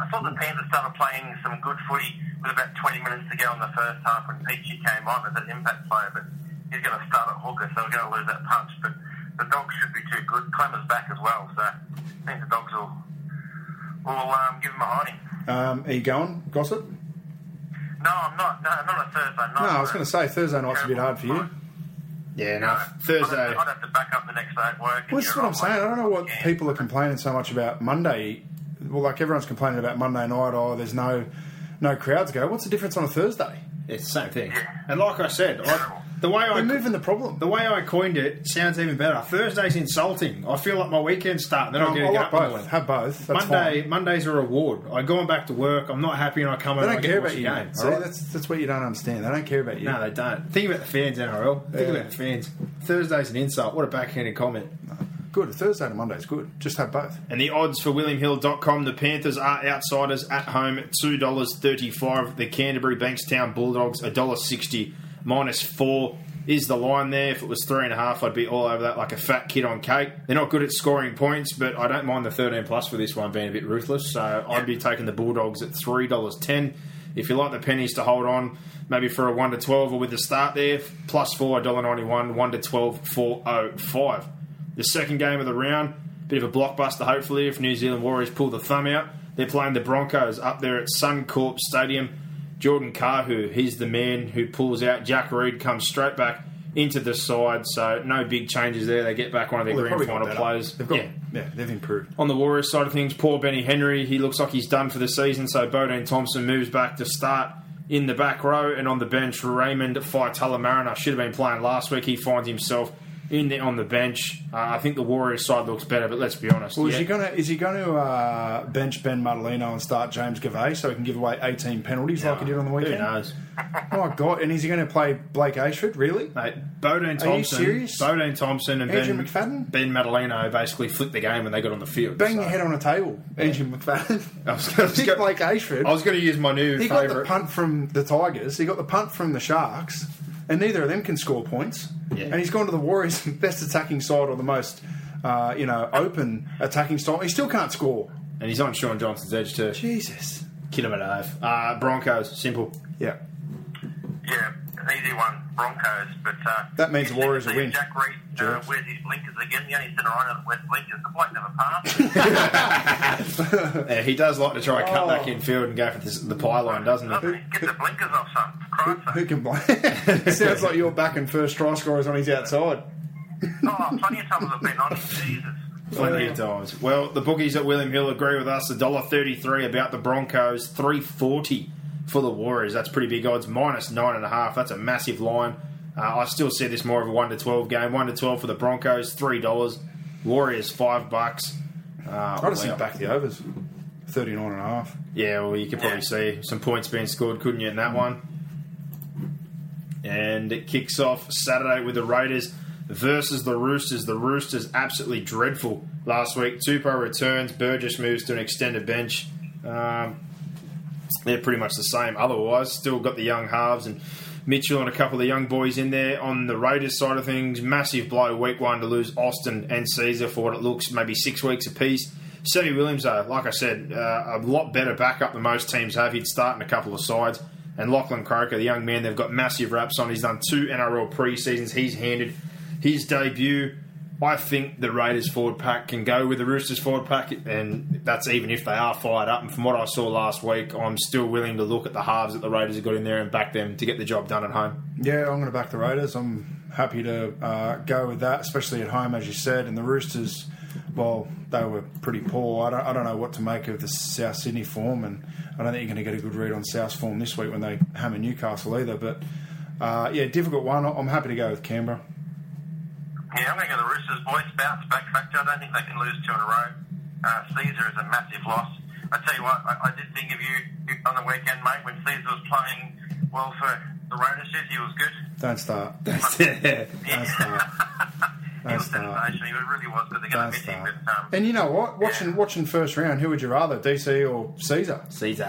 I thought the Panthers started playing some good footy with about 20 minutes to go in the first half when Peachy came on as an impact player, but he's going to start at hooker, so we're going to lose that punch. But the Dogs should be too good. Clemmer's back as well, so I think the Dogs will, will um, give him a hiding.
Um, are you going, Gossip?
No, I'm not. No, not a Thursday night.
No, I was going to say Thursday night's a bit hard for you.
Yeah,
No,
no.
I'd
Thursday.
have, to, I'd have to back up the next day at work. and
Well, that's
you're
what I'm
off
saying. I don't know what
Yeah.
people are complaining so much about Monday. Well, like everyone's complaining about Monday night. Oh, there's no no crowds. Go. What's the difference on a Thursday?
It's the same thing. And like I said, I, the way I
They're moving the problem.
the way I coined it sounds even better. Thursday's insulting. I feel like my weekend's starting. Then
I,
I'm going
I
to get up
like
in the
both.
morning.
Have both. That's
Monday,
Fine.
Monday's a reward. I'm going back to work. I'm not happy, and I come
They
and I
don't
get
care
to watch
about you.
the game.
mate. See,
all right?
that's that's what you don't understand. They don't care about you.
No, they don't. Think about the fans, NRL. Think
Yeah.
about the fans. Thursday's an insult. What a backhanded comment.
Good. Thursday to Monday's good. Just have both.
And the odds for WilliamHill.com, the Panthers are outsiders at home, $2.35. The Canterbury Bankstown Bulldogs, $1.60. Minus four is the line there. If it was three and a half, I'd be all over that like a fat kid on cake. They're not good at scoring points, but I don't mind the 13 plus for this one being a bit ruthless. So I'd be taking the Bulldogs at $3.10. If you like the pennies to hold on, maybe for a 1 to 12 or with a start there, plus 4, $1.91, 1 to oh 12, 405. The second game of the round, bit of a blockbuster, hopefully, if New Zealand Warriors pull the thumb out. They're playing the Broncos up there at Suncorp Stadium. Jordan Kahu, he's the man who pulls out. Jack Reed comes straight back into the side, so no big changes there. They get back one of their
Well, they've
grand
probably
final
got better.
players.
They've got,
Yeah.
yeah. they've improved.
On the Warriors side of things, poor Benny Henry, he looks like he's done for the season, so Bodine Thompson moves back to start in the back row, and on the bench, Raymond Faitala Mariner should have been playing last week. He finds himself in there on the bench. Uh, I think the Warriors side looks better, but let's be honest.
Well, is
yeah.
he gonna is he going to uh, bench Ben Madalino and start James Gavay so he can give away 18 penalties like he did on the
Who
weekend?
knows?
Oh my god! And is he going to play Blake Ashford? Really?
Mate, Bodine Thompson,
serious?
Bodine Thompson and
Andrew
Ben
McFadden?
Ben Madaleno basically flipped the game when they got on the field.
Bang
so-
your head on a table, Andrew McFadden.
I was gonna- I was
Pick
gonna-
Blake Ashford.
I was going to use my new
he got the
favourite.
punt from the Tigers. He got the punt from the Sharks, and neither of them can score points.
Yeah.
And he's gone to the Warriors' best attacking side or the most, uh, you know, open attacking style. He still can't score.
and he's on Sean Johnson's edge too.
Jesus.
Kid him at half. Uh, Broncos, simple.
Yeah.
Yeah, an easy one, Broncos. But uh,
That means
you
the Warriors
see-
will
see
win.
Jack Reed uh,
George.
wears his blinkers again. The only centre on at West blinkers. The bloke never passed.
Yeah, he does like to try and cut back in field and go for this, the pylon, doesn't he?
Get the blinkers off, son. For Christ's
Who
sake.
can blame? Sounds like you're back and first try scorers on his outside.
Oh, plenty of times I've been on him. Jesus.
Plenty of times. Well, the bookies at William Hill agree with us. $1.33 about the Broncos, three forty for the Warriors. That's pretty big odds. Minus nine and a half. That's a massive line. Uh, I still see this more of a one to twelve game. One to twelve for the Broncos, three dollars. Warriors five bucks. Uh,
I just
well,
think back the overs. 39 and a half.
Yeah, well, you could probably see some points being scored, couldn't you, in that one? And it kicks off Saturday with the Raiders versus the Roosters. The Roosters absolutely dreadful last week. Tupou returns, Burgess moves to an extended bench. Um, they're pretty much the same. Otherwise, still got the young halves and Mitchell and a couple of the young boys in there. On the Raiders side of things, massive blow week one to lose Austin and Caesar for what it looks maybe six weeks apiece. Sammy Williams, though, like I said, uh, a lot better backup than most teams have. He'd start in a couple of sides. And Lachlan Croker, the young man, they've got massive wraps on. He's done two NRL pre-seasons. He's handed his debut. I think the Raiders forward pack can go with the Roosters forward pack, and that's even if they are fired up. And from what I saw last week, I'm still willing to look at the halves that the Raiders have got in there and back them to get the job done at home.
Yeah, I'm going to back the Raiders. I'm happy to uh, go with that, especially at home, as you said. And the Roosters, well, they were pretty poor. I don't, I don't know what to make of the South Sydney form, and I don't think you're going to get a good read on South's form this week when they hammer Newcastle either. But uh, yeah, difficult one. I'm happy to go with Canberra.
Yeah, I'm going to go the Roosters boys. Bounce back factor. I don't think they can lose two in a row. Uh, Caesar is a massive loss. I tell you what, I, I did think of you on the weekend, mate, when Caesar was playing well for the Ronishes. He was good.
Don't start. Don't start.
he was
start.
sensational. He really was, but
Don't
they're going to miss him.
start.
But, um,
And you know what? Watching watching first round, who would you rather, DC or Caesar?
Caesar.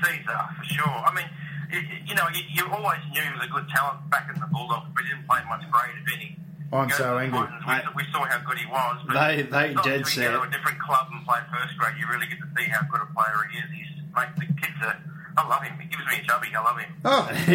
Caesar, for sure. I mean, you, you know, you, you always knew he was a good talent back in the Bulldogs, but he didn't play much grade, if any.
I'm
Go to
so
the
angry.
Titans, We, we saw how good he was. But
They- they
not
dead
until you
set.
Go to a different club and play first grade. You really get to see how good a player he is. He's like the kids are. I love him. He gives me a chubby. I love him.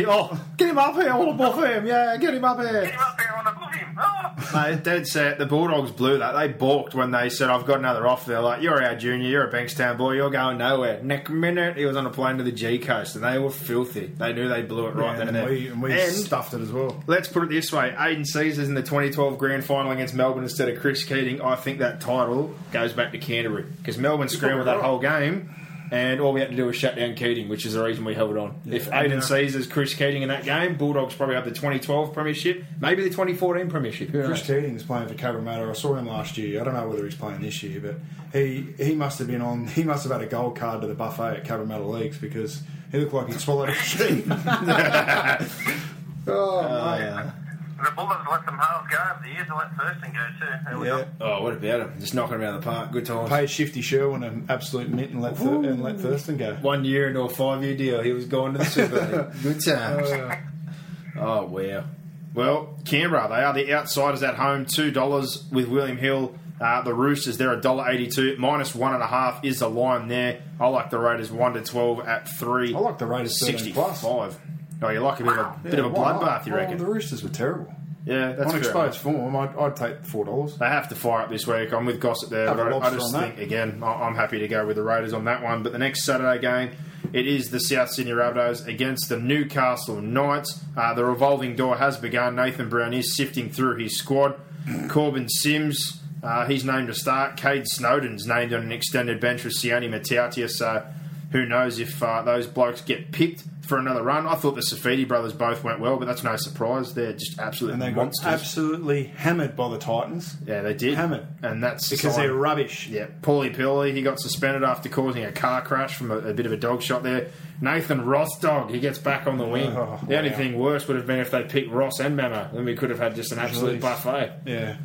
oh, get him up here! I want to buff him. Yeah, get him up
Get
here.
him up there. I want to love him. Oh.
They dead set. The Bulldogs blew that. They balked when they said, "I've got another off." They're like, "You're our junior. You're a Bankstown boy. You're going nowhere." Next minute, he was on a plane to the G coast, and they were filthy. They knew they blew it right then
and
and there.
we, and we
And-
stuffed it as well.
Let's put it this way: Aiden Caesar's in the 2012 Grand Final against Melbourne instead of Chris Keating. I think that title goes back to Canterbury because Melbourne scrambled that whole game, and all we had to do was shut down Keating, which is the reason we held on. if Aiden Caesar's Chris Keating in that game, Bulldogs probably have the 2012 Premiership, maybe the 2014 Premiership. Who
Chris
knows?
Keating's playing for Cabramatta. I saw him last year. I don't know whether he's playing this year, but he he must have been on. He must have had a gold card to the buffet at Cabramatta Leagues because he looked like he swallowed a sheep. oh, mate.
yeah.
The Bulldogs let some halves go over the years. They let Thurston go too. There we
Yeah.
go.
Oh, what about him? Just knocking around the park. Good times.
Paid Shifty Sherwin an absolute mint and let Thur- and let Thurston go.
One year into a five year deal. He was going to the Super League. Good times. oh, wow. Well, Canberra, they are the outsiders at home. $2 with William Hill. Uh, the Roosters, they're $1.82. Minus one and a half is the line there. I like the Raiders 1 to 12 at 3.
I like the Raiders 13 plus.
65. Oh, you like a bit of a, bit of a
Yeah, why not?
bloodbath, you
Well,
reckon?
Oh, the Roosters were terrible.
yeah, that's
on
fair
exposed form, I'd, I'd take four dollars.
They have to fire up this week. I'm with Gossett there,
Have a
but I, I
lobster
just
on
think
that.
again, I- I'm happy to go with the Raiders on that one. But the next Saturday game, it is the South Sydney Rabbitohs against the Newcastle Knights. Uh, the revolving door has begun. Nathan Brown is sifting through his squad. Corbin Sims. Uh, he's named to start. Cade Snowden's named on an extended bench with Sione Matautia, so who knows if uh, those blokes get picked for another run. I thought the Safidi brothers both went well, but that's no surprise. They're just absolute
And they got
monsters.
absolutely hammered by the Titans
yeah, they did.
hammered.
And that's the
because
sign.
they're rubbish.
Yeah, Paulie Pilley, he got suspended after causing a car crash from a, a bit of a dog shot there. Nathan Ross dog, he gets back on the wing.
Oh,
the only
wow.
thing worse would have been if they picked Ross and Mama, then we could have had just an absolute
Jeez.
buffet.
Yeah.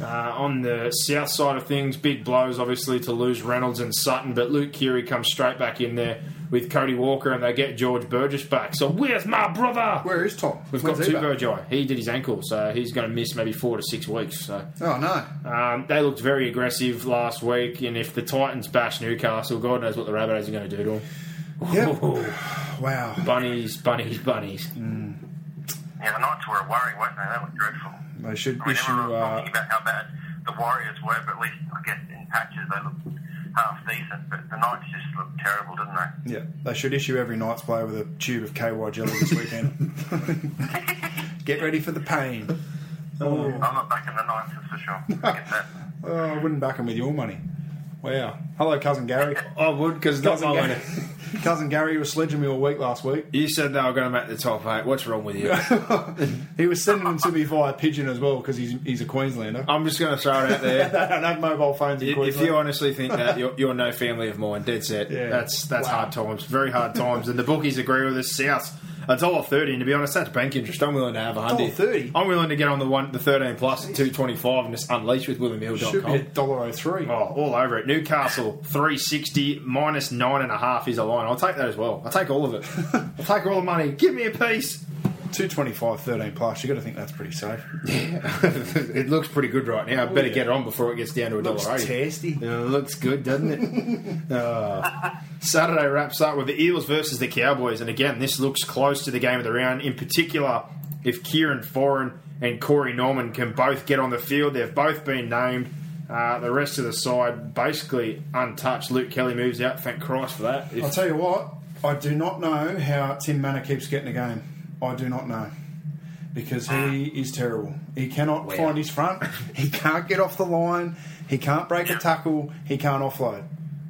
Uh, on the south side of things, big blows obviously to lose Reynolds and Sutton, but Luke Keary comes straight back in there with Cody Walker and they get George Burgess back. So where's my brother?
Where is Tom?
We've
When's
got
he
two
back?
Virgi. He did his ankle, so he's going to miss maybe four to six weeks. So
Oh no.
um, they looked very aggressive last week, and if the Titans bash Newcastle, God knows what the Rabbitohs are going to do to them. Oh.
Yep. wow.
Bunnies, bunnies, bunnies.
Yeah, the Knights were a worry, weren't they? That was dreadful.
They should
I mean,
issue.
everyone was
Uh,
talking about how bad the Warriors were, but at least I guess in patches they looked half decent. But the Knights just looked terrible, didn't they?
yeah, they should issue every night's player with a tube of KY jelly this weekend. Get ready for the pain.
I'm not backing the Knights, that's for sure. Get that.
Oh, I wouldn't back him with your money. Wow. Hello, cousin Gary.
I would, because that's
cousin,
my
Gary.
winner.
cousin Gary was sledging me all week last week.
You said they were going to make the top eight. What's wrong with you?
He was sending them to me via pigeon as well because he's he's a Queenslander.
I'm just going to throw it out
they
there.
don't have mobile phones in
Oh. If if
Queensland.
you honestly think that, you're, you're no family of mine. Dead set.
Yeah.
That's that's
Wow.
hard times. Very hard times. And the bookies agree with us. South. A dollar thirty, and to be honest, that's bank interest. I'm willing to have a hundred.
$1.30?
I'm willing to get on the one, the thirteen plus, the two twenty five, and just unleash with WilliamHill.com.
should be a dollar oh three.
Oh, all over it. Newcastle three sixty minus nine and a half is a line. I'll take that as well. I'll take all of it. I'll take all the money. Give me a piece.
225, 13 plus. You got to think that's pretty safe.
it looks pretty good right now. I better
yeah.
get it on before it gets down to a dollar eighty.
tasty.
It looks good, doesn't it? Oh. Saturday wraps up with the Eels versus the Cowboys, and again, this looks close to the game of the round. In particular, if Kieran Foran and Corey Norman can both get on the field, they've both been named. Uh, the rest of the side basically untouched. Luke Kelly moves out. Thank Christ for that. If-
I'll tell you what. I do not know how Tim Manor keeps getting a game. I do not know because he is terrible. He cannot find his front. He can't get off the line. He can't break a tackle. He can't offload,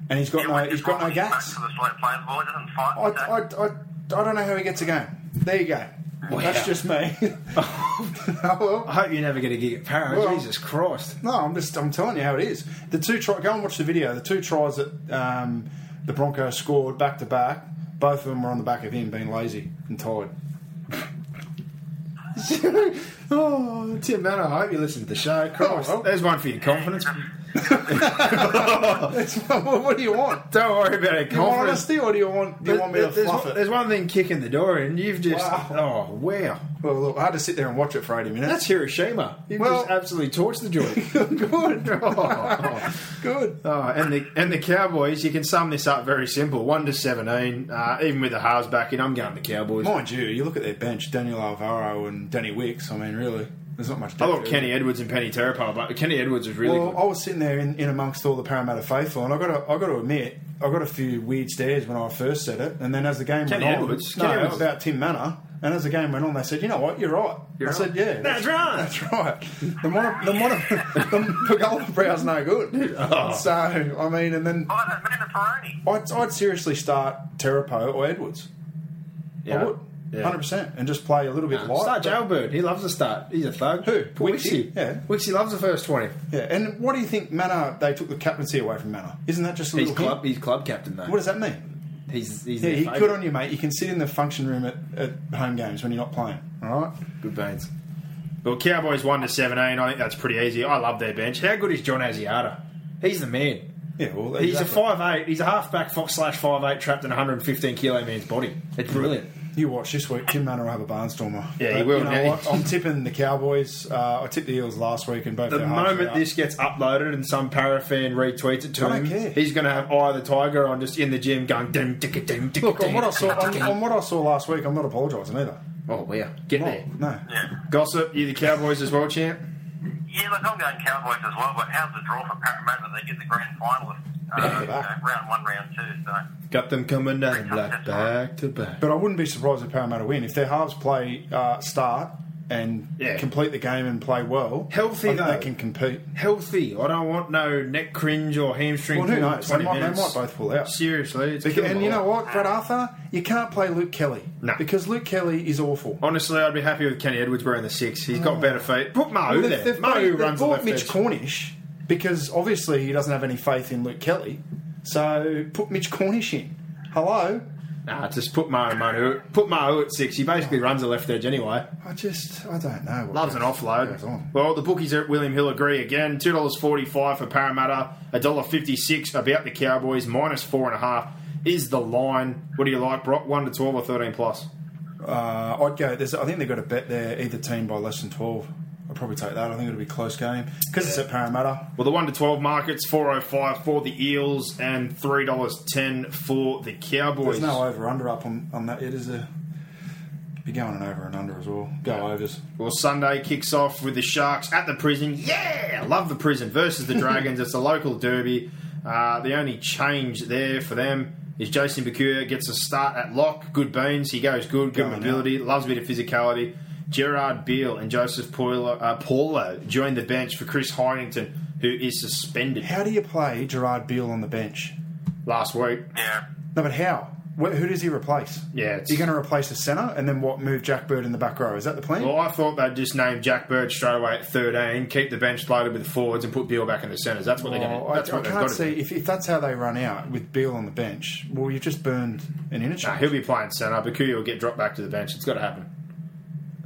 and he's got
It
no.
was
He's
just
got no
like
gas.
Back to the slow players, boys, it didn't fight.
I, I, I, I don't know how he gets a game. There you go. That's just me.
I hope you never get a gig at Para.
Well-
Jesus Christ.
No, I'm just I'm telling you how it is. The two try go and watch the video. The two tries that um, the Broncos scored back to back, both of them were on the back of him being lazy and tired.
oh, Tim Manor, I hope you listen to the show. Christ.
Oh, well.
There's one for your confidence.
He's a-
well, what do you want?
Don't worry about it.
Do you want honesty or do you want do you want me to
there's,
fluff
one,
it?
there's one thing kicking the door in. You've just
Wow.
oh wow.
Well, look, I had to sit there and watch it for eighty minutes.
That's Hiroshima. You've
Well-
just absolutely torched the joint.
good.
oh.
good.
Oh, and the and the Cowboys. You can sum this up very simple. One to seventeen. Uh, even with the halves back in, I'm going the Cowboys.
Mind you, you look at their bench: Daniel Alvaro and Danny Wicks. I mean, really, there's not much.
I
depth
thought
there.
Kenny Edwards and Penny Terrapin, but Kenny Edwards was really
Well,
good.
I was sitting there in, in amongst all the Parramatta faithful, and I got to I got to admit, I got a few weird stares when I first said it, and then as the game
Kenny
went
Edwards.
on,
Kenny
no,
Edwards.
about Tim Manor, and as the game went on, they said, you know what, you're right. I
You're
said,
right.
yeah,
That's right.
that's right. The mono, the mono, the golden brow's no good.
Oh.
So I mean, and then
Oh, that man of
I'd,
Peroni.
I'd seriously start Terapo or Edwards. I would,
Yeah.
hundred percent, and just play a little bit light.
Start
but-
Jailbird. He loves a start. He's a thug.
Who?
Wixie.
Wixie? Yeah.
Wixie loves the first twenty.
Yeah, and what do you think, Manor? They took the captaincy away from Manor. Isn't that just a
He's
little
club. He's club captain though.
What does that mean?
He's he's
Yeah,
their
he
favourite.
good on you, mate. You can sit in the function room at, at home games when you're not playing. All right.
Good veins. Well, Cowboys one to seventeen. I think that's pretty easy. I love their bench. How good is John Asiata? He's the man.
Yeah. Well,
He's a
exactly.
five eight. He's a halfback fox slash five eight trapped in 115 kilo man's body. It's brilliant.
You watch this week. Tim Manor will have a barnstormer.
Yeah, he
But
will,
You know
yeah.
what? I'm tipping the Cowboys. Uh, I tipped the Eels last week, and both
The
their halves were
moment
out.
this gets uploaded and some para fan retweets it to
I don't
him,
care.
he's going to have Eye of the Tiger on just in the gym going. Dim, dicka, dim, dicka,
Look on
dim,
what I saw.
dicka,
On,
dim."
on what I saw last week, I'm not apologising either.
Oh wow, get there.
No.
Yeah.
Gossip, you the Cowboys as well, champ.
Yeah, look, I'm going Cowboys as well, but how's the draw for Parramatta? They get the grand finalists. Uh, you know, round one, round two, so.
Got them coming down like back to back.
But I wouldn't be surprised if Parramatta win if their halves play uh, start and
Yeah.
complete the game and play well.
Healthy,
I think
though.
they can compete.
Healthy. I don't want no neck cringe or hamstring.
Well, who
pull for
knows? They
20
might, they
minutes.
might both pull out.
Seriously, it's
Because,
killing
and
me.
you know what, Brad Arthur, you can't play Luke Kelly
No.
because Luke Kelly is awful.
Honestly, I'd be happy with Kenny Edwards wearing the six. He's got better feet. Put Mo
Oh. Well,
there.
they've, they've
Oh, Mo
bought- they've
runs the
bought
left
Mitch
edge.
Cornish because obviously he doesn't have any faith in Luke Kelly, so put Mitch Cornish in. Hello,
Nah, just put Mo and Manu. Put Mo at six. He basically runs the left edge anyway.
I just I don't know. What
Loves an
goes-
offload.
goes on.
Well, the bookies at William Hill agree again. Two dollars forty-five for Parramatta. A dollar fifty-six about the Cowboys. Minus four and a half is the line. What do you like, Brock? One to twelve or thirteen plus?
Uh, I'd go. There's, I think they've got a bet there. Either team by less than twelve. I'd probably take that. I think it'll be a close game because it's at Parramatta.
Well, the one to twelve markets four oh five for the Eels and three dollars ten for the Cowboys.
There's no over under up on, on that. It is a be going an over and under as well. Go overs.
Well, Sunday kicks off with the Sharks at the prison. Yeah, love the prison versus the Dragons. it's a local derby. Uh, the only change there for them is Jason Bakura gets a start at lock. Good beans. He goes good. Good
Going out.
mobility. Loves a bit of physicality. Gerard Beale and Joseph Paulo, uh, Paulo join the bench for Chris Hyington, who is suspended
How do you play Gerard Beale on the bench?
last week.
Yeah.
No, but how? Wh- who does he replace?
Yeah, it's-
You're going to replace a centre and then what? Move Jack Bird in the back row. Is that the plan?
Well, I thought they'd just name Jack Bird straight away at 13, keep the bench loaded with forwards, and put Beale back in the centres. That's what they're going
Oh,
to.
I,
That's
I
what they've got
can't
to
see
do.
if, if that's how they run out with Beale on the bench. Well, you've just burned an interchange.
Nah, he'll be playing centre. Bakuya will get dropped back to the bench. It's got to happen.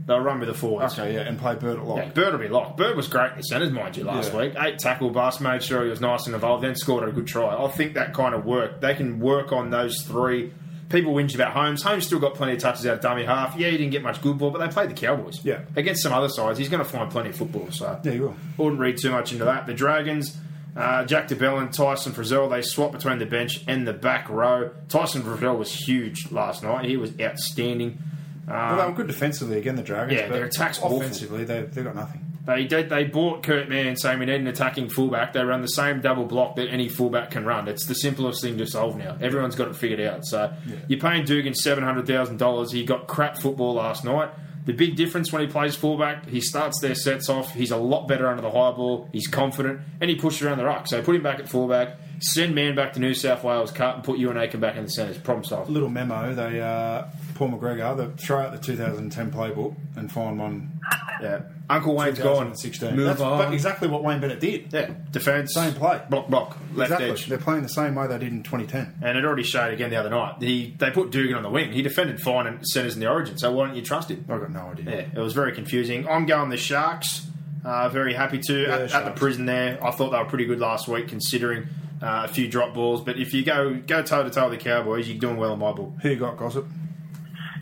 They'll run with the forwards.
okay, yeah, and play Bird at lock.
Yeah, Bird will be locked. Bird was great in the centres, mind you, last
Yeah.
week. Eight tackle bust, made sure he was nice and involved, then scored a good try. I think that kind of worked. They can work on those three. People whinge about Holmes. Holmes still got plenty of touches out of dummy half. Yeah, he didn't get much good ball, but they played the Cowboys.
Yeah.
Against some other sides, he's going to find plenty of football. So
Yeah, he will.
wouldn't read too much into that. The Dragons, uh, Jack DeBell and Tyson Frizzell, they swap between the bench and the back row. Tyson Frizzell was huge last night. He was outstanding.
well, they were good defensively again, the Dragons.
Um, Yeah,
but
their attack's awful.
offensively, they they got nothing.
They did. They bought Kurt Mann saying we need an attacking fullback. They run the same double block that any fullback can run. It's the simplest thing to solve now. Everyone's got it figured out. So you're paying Dugan seven hundred thousand dollars. He got crap football last night. The big difference when he plays fullback, he starts their sets off. He's a lot better under the high ball. He's confident and he pushes around the ruck. So put him back at fullback. Send Mann back to New South Wales Cup and put you and Aiken back in the centres. Problem solved.
Little memo. They uh, Paul McGregor. They throw out the 2010 playbook and find one.
Yeah, Uncle Wayne's gone.
2016.
Move
That's
on.
exactly what Wayne Bennett did.
yeah, defence.
Same play.
Block, block. Left
exactly.
edge.
They're playing the same way they did in 2010.
And it already showed again the other night. He they put Dugan on the wing. He defended fine and centres in the origin. So why don't you trust him?
I got no idea.
Yeah, it was very confusing. I'm going the Sharks. Uh, very happy to
Yeah,
at, at the
Sharks.
prison there. I thought they were pretty good last week considering uh, a few drop balls. But if you go go toe to toe with the Cowboys, you're doing well in my book.
Who you got, Gossip?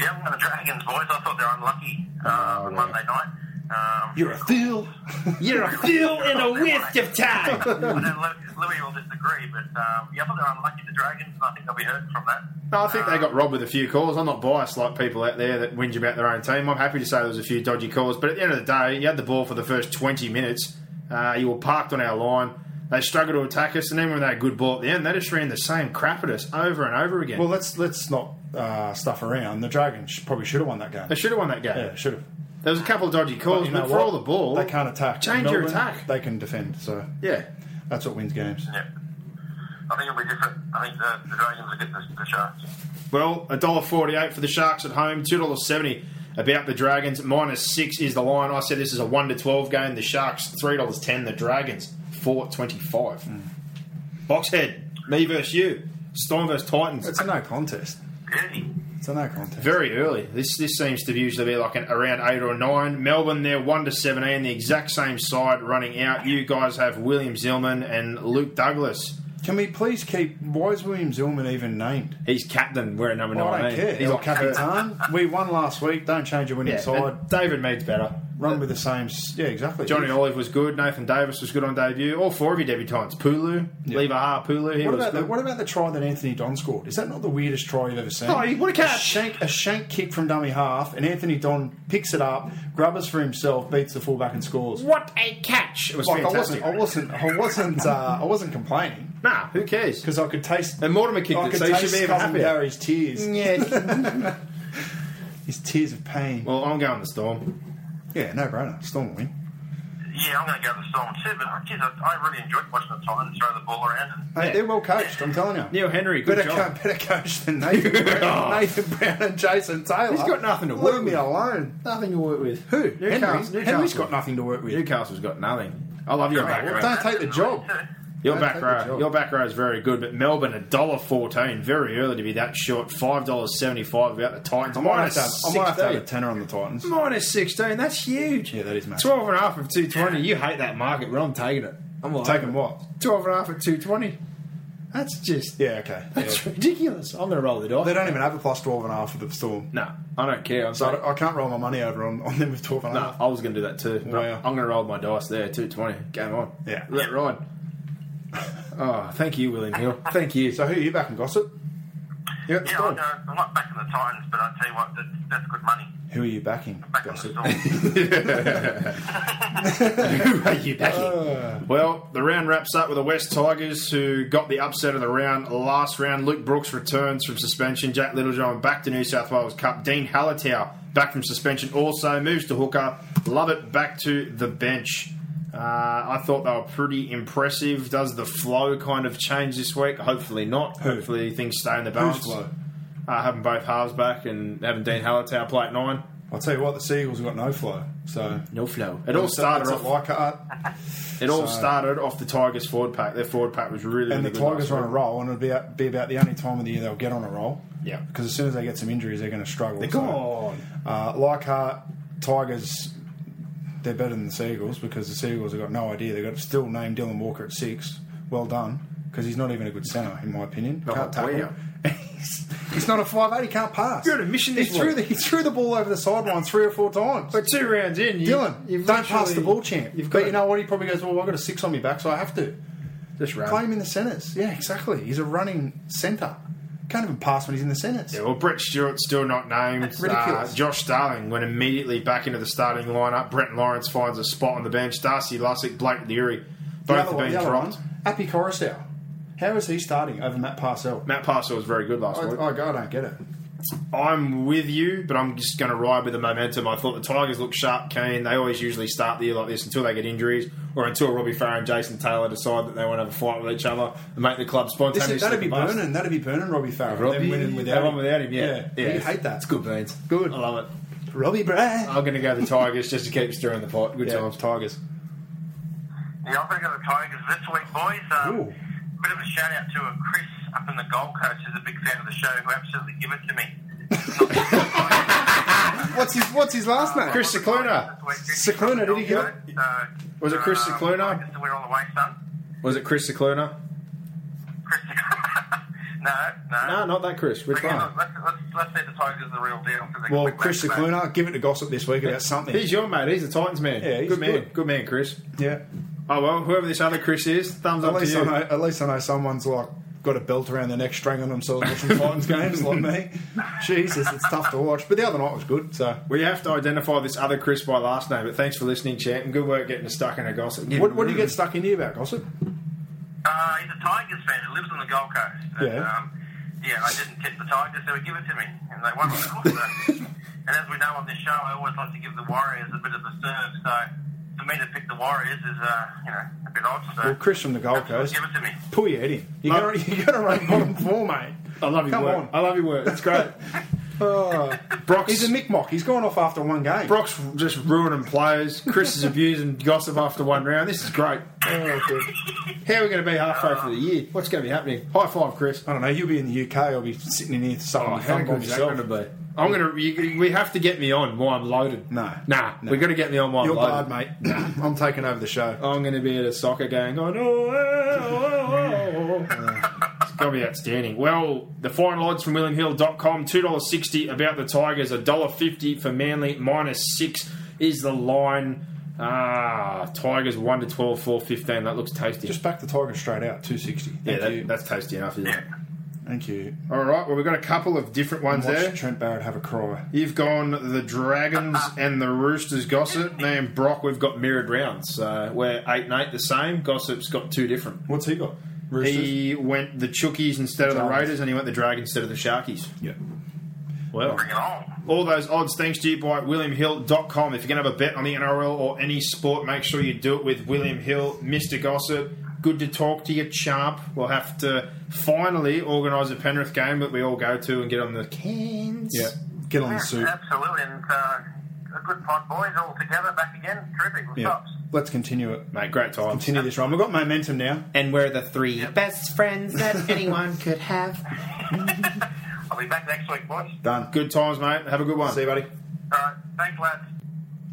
Yeah, well, the Dragons, boys. I thought they were unlucky
Oh,
uh, on Monday night. Um,
You're a fool.
You're a fool and a waste of time.
I know Lou- Louis will disagree, but um, yeah, I thought they were unlucky, the Dragons, and I think they'll be hurting from that.
No, I think they got robbed with a few calls. I'm not biased like people out there that whinge about their own team. I'm happy to say there was a few dodgy calls, but at the end of the day, you had the ball for the first 20 minutes. Uh, you were parked on our line. They struggled to attack us, and then when they had a good ball at the end, they just ran the same crap at us over and over again.
Well, let's let's not uh, stuff around. The Dragons sh- probably should have won that game.
they should have won that game.
Yeah, should have.
There was a couple of dodgy calls, but, for all the ball,
they can't attack.
Change your
Melbourne,
attack.
They can defend. So
yeah.
that's what wins games.
Yeah. I think it'll be different. I think the, the Dragons will get the, the Sharks.
Well, a dollar forty-eight for the Sharks at home, two dollars seventy about the Dragons. Minus six is the line. I said this is a one to twelve game. The Sharks three dollars ten. The Dragons four twenty-five.
Hmm.
Boxhead, me versus you. Storm versus Titans.
It's a no contest.
Easy.
It's a no contest.
very early. This this seems to usually be like an, around eight or nine. Melbourne, they're one to seventeen, the exact same side running out. You guys have William Zillman and Luke Douglas.
Can we please keep? Why is William Zillman even named?
He's captain. We're at number
I
nine.
don't care.
He's
He's
like captain.
Capitan. we won last week. Don't change your winning
Yeah,
side.
and David Mead's better.
Run with the same. s- Yeah, exactly.
Johnny Olive was good. Nathan Davis was good on debut. All four of your debutants. Pulu,
Yeah.
Lever Ha, Pulu. He was
What about, the,
good.
what about the try that Anthony Don scored? Is that not the weirdest try you've ever seen?
Oh, he- what a catch.
shank, a shank kick from dummy half, and Anthony Don picks it up, grubbers for himself, beats the fullback and scores.
What a catch! It was
Like, I
fantastic.
wasn't, I wasn't, I wasn't, uh, I wasn't complaining
nah, who cares?
because I could taste.
And Mortimer kicked
I
it,
could
so he should
taste
be even
cousin
happier.
Gary's tears,
Yeah.
his tears of pain.
well, I'm going the Storm.
yeah, no brainer. Storm will win.
Yeah, I'm going to go the Storm too, but oh, geez, I, I really enjoyed watching the Titans throw the ball around. And,
Mate, They're well coached. I'm telling you.
Neil Henry, good
Better,
job.
co- better coach than Nathan Brown, Nathan Brown and Jason Taylor.
He's got nothing to work
Leave
with.
me alone.
Nothing to work with.
Who?
Newcastle.
Henry?
Newcastle.
Henry's got nothing to work with.
Newcastle's got nothing. I love your back
well,
row.
don't take the job.
Your
Don't
back
take the
row,
job.
your back row is very good, but Melbourne a dollar fourteen, very early to be that short. Five dollars seventy five about the Titans.
I might, have
Minus
to have, I might have to have
16.
a tenner on the Titans.
Minus 16, that's huge.
Yeah, that is massive.
12 and a half of 220. You hate that market, but I'm taking it. I'm like,
Taking what?
12 and a half at 220. That's just,
Yeah, okay.
that's
Yeah.
ridiculous. I'm going to roll the dice.
They don't even have a plus 12 and a half for the Storm.
No, I don't care. I'm
So I,
sorry.
don't- I can't roll my money over on, on them with 12 and a
No,
half.
I was going to do that too. but
Wow.
I'm going to roll my dice there, 220. Game on.
Oh, Yeah.
Let it ride. Oh, thank you, William Hill. Thank you.
So who are you backing, Gossip? You got the
yeah,
Storm.
I'm, going, I'm not backing the Titans, but I tell you what, that, that's good money.
Who are you backing,
Back on the
Gossip?
Storm.
Who are you backing?
Ah.
well, the round wraps up with the West Tigers, who got the upset of the round last round. Luke Brooks returns from suspension. Jack Littlejohn back to New South Wales Cup. Dean Hallitau back from suspension also. Moves to hooker. Love it back to the bench. Uh, I thought they were pretty impressive. Does the flow kind of change this week? Hopefully not. Hopefully things stay in the balance.
flow?
Uh, having both halves back and having Dean Hallitau play at nine.
I'll tell you what, the Seagulls have got no flow. So
No flow. It all started
That's
off
at Leichhardt.
It all started off the Tigers forward pack. Their forward pack was really,
and
really
the
good. last
Tigers are on a
week.
roll, and it'll be, be about the only time of the year they'll get on a roll.
Yeah.
Because as soon as they get some injuries, they're going to struggle.
They're
So,
gone.
Uh, Leichhardt, Tigers, they're better than the Seagulls because the Seagulls have got no idea. They've got still named Dylan Walker at six. Well done. Because he's not even a good centre, in my opinion.
Oh,
Can't
wow.
tackle. he's, he's not a five eight. He can't pass.
You're an admission
he
this
threw
week.
the He threw the ball over the sideline three or four times.
But two rounds in, you,
Dylan,
you've
don't pass
literally-
the ball, champ.
You've got
but you know what? He probably goes, well, I've got a six on my back, so I have to.
just run.
Play him in the centres. Yeah, exactly. He's a running centre. Can't even pass when he's in the centres.
Yeah, well, Brett Stewart's still not named.
That's ridiculous.
Uh, Josh Starling went immediately back into the starting lineup. Brent Lawrence finds a spot on the bench. Darcy Lussick, Blake Leary,
The
both
other
have
one,
been
the other
dropped.
one, Happy Coruscant. How is he starting over Matt Parcell?
Matt Parcell was very good
I,
last week.
I, I don't get it.
I'm with you, but I'm just going to ride with the momentum. I thought the Tigers looked sharp, keen. They always usually start the year like this until they get injuries or until Robbie Farah and Jason Taylor decide that they want to have a fight with each other and make the club spontaneously.
Listen, that'd be
bust.
burning. That'd be burning Robbie Farrell.
Robbie,
then winning without
that
him.
one without him, yeah.
yeah. You hate that.
It's good, Um, Beans.
Good.
I love it.
Robbie Brad.
I'm going to go the Tigers just to keep stirring the pot. Good times.
Tigers.
yeah, I'm going to go the Tigers this week, boys. Um,
Ooh.
bit of a shout out to a Chris up in the Gold Coast who's a big fan of the show who absolutely give it to me.
What's his What's his last name?
Chris Cicluna.
Cicluna, did he get it?
Uh,
Was it Chris Cicluna?
Just we're on the way, son.
Was it Chris Cicluna?
Chris Cicluna. no, no.
No, not that Chris.
But
Which
yeah,
one?
look, let's, let's, let's see the Tigers the real deal. 'cause they
Well,
can
Chris
make that.
Cicluna, give it to gossip this week about something.
He's your mate. He's a Titans man.
Yeah, he's
good man.
good.
Good man, Chris.
yeah.
Oh well, whoever this other Chris is, thumbs
At
up to
least I
you.
know. At least I know someone's like got a belt around their neck, strangling themselves watching Titans games like me. Jesus, it's tough to watch. But the other night was good. So,
We have to identify this other Chris by last name. But thanks for listening, champ, and good work getting us stuck in a gossip.
what, what do you get stuck in here about gossip?
Uh, he's a Tigers fan who lives on the Gold Coast. And,
Yeah.
Um, yeah, I didn't tip the Tigers, so he give it to me, and they won. of course. So- and as we know on this show, I always like to give the Warriors a bit of a serve. So for me to pick the Warriors is, uh, you know, a bit odd. So
Well, Chris from the Gold Coast,
give it to me.
pull your head in. You're
No.
gonna you're gonna run bottom four, mate.
I love your
Come
work.
on.
I love your work. It's great.
Oh.
Brock's
He's a mickmock. He's gone off after one game.
Brock's just ruining players. Chris is abusing gossip after one round. This is great.
Oh, good.
How are we going to be halfway through the year? What's going to be happening? High five, Chris.
I don't know. You'll be in the UK. I'll be sitting in here sucking
Oh,
my
how
thumb by
good is that going
myself.
to be? I'm gonna. You, we have to get me on while I'm loaded.
No.
nah.
No.
We got to get me on while
You're
I'm
barred,
loaded.
mate. I'm taking over the show.
I'm going to be at a soccer game going, oh, oh, oh, oh. It's going to be outstanding. Well, the final odds from WillingHill.com $2.60 about the Tigers, $1.50 for Manly, minus 6 is the line. Ah, Tigers 1 to 12, 4 15. That looks tasty.
Just back the Tigers straight out. Two sixty. Thank
yeah, that,
you.
that's tasty enough, isn't it?
Thank you.
All right, well, we've got a couple of different ones
Watch
there.
Trent Barrett have a cry.
You've gone the Dragons and the Roosters gossip. Me and Brock, we've got mirrored rounds. So we're 8 and 8 the same. Gossip's got two different.
What's he got?
He went the Chookies instead of the
Dragons.
Raiders, and he went the Dragons instead of the Sharkies.
Yeah.
Well,
Bring it on.
all those odds thanks to you by WilliamHill.com. If you're going to have a bet on the NRL or any sport, make sure you do it with William Hill. Mr. Gossip, good to talk to you, champ. We'll have to finally organise a Penrith game that we all go to and get on the cans.
Yeah. Get on the
Yeah,
suit.
absolutely. And uh, a good pod, boys, all together, back again. Terrific. Well,
Yeah.
tops.
Let's continue it.
Mate, great time.
Continue this run. We've got momentum now.
And we're the three best friends that anyone could have.
I'll be back next week, boys.
Done.
Good times, mate. Have a good one.
See you, buddy.
All right. Thanks, lads.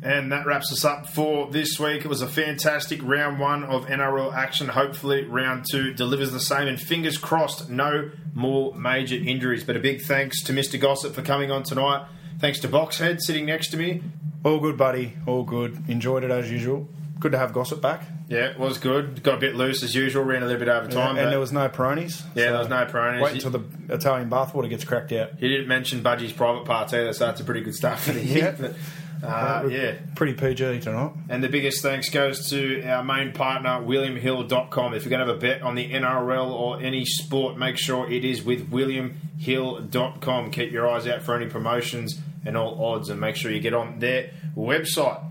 And that wraps us up for this week. It was a fantastic round one of NRL action. Hopefully, round two delivers the same. And fingers crossed, no more major injuries. But a big thanks to Mr. Gossip for coming on tonight. Thanks to Boxhead sitting next to me.
All good, buddy. All good. Enjoyed it as usual. Good to have gossip back.
Yeah, it was good. Got a bit loose as usual. Ran a little bit over time.
and
but
there was no peronies.
Yeah, there was no peronies.
Wait until the Italian bathwater gets cracked out.
he didn't mention Budgie's private parts either, so that's a pretty good start for the year.
Yeah.
But, uh, yeah.
Pretty PG tonight.
And the biggest thanks goes to our main partner, WilliamHill.com. If you're going to have a bet on the NRL or any sport, make sure it is with WilliamHill.com. Keep your eyes out for any promotions and all odds, and make sure you get on their website.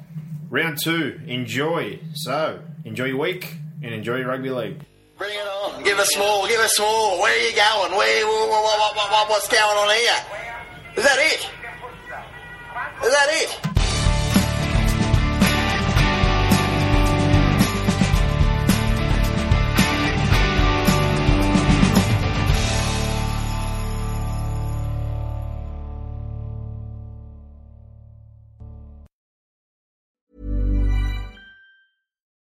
Round two, enjoy. So, enjoy your week and enjoy your rugby league.
Bring it on. Give us more. Give us more. Where are you going? Where, what, what, what, what, what's going on here? Is that it? Is that it?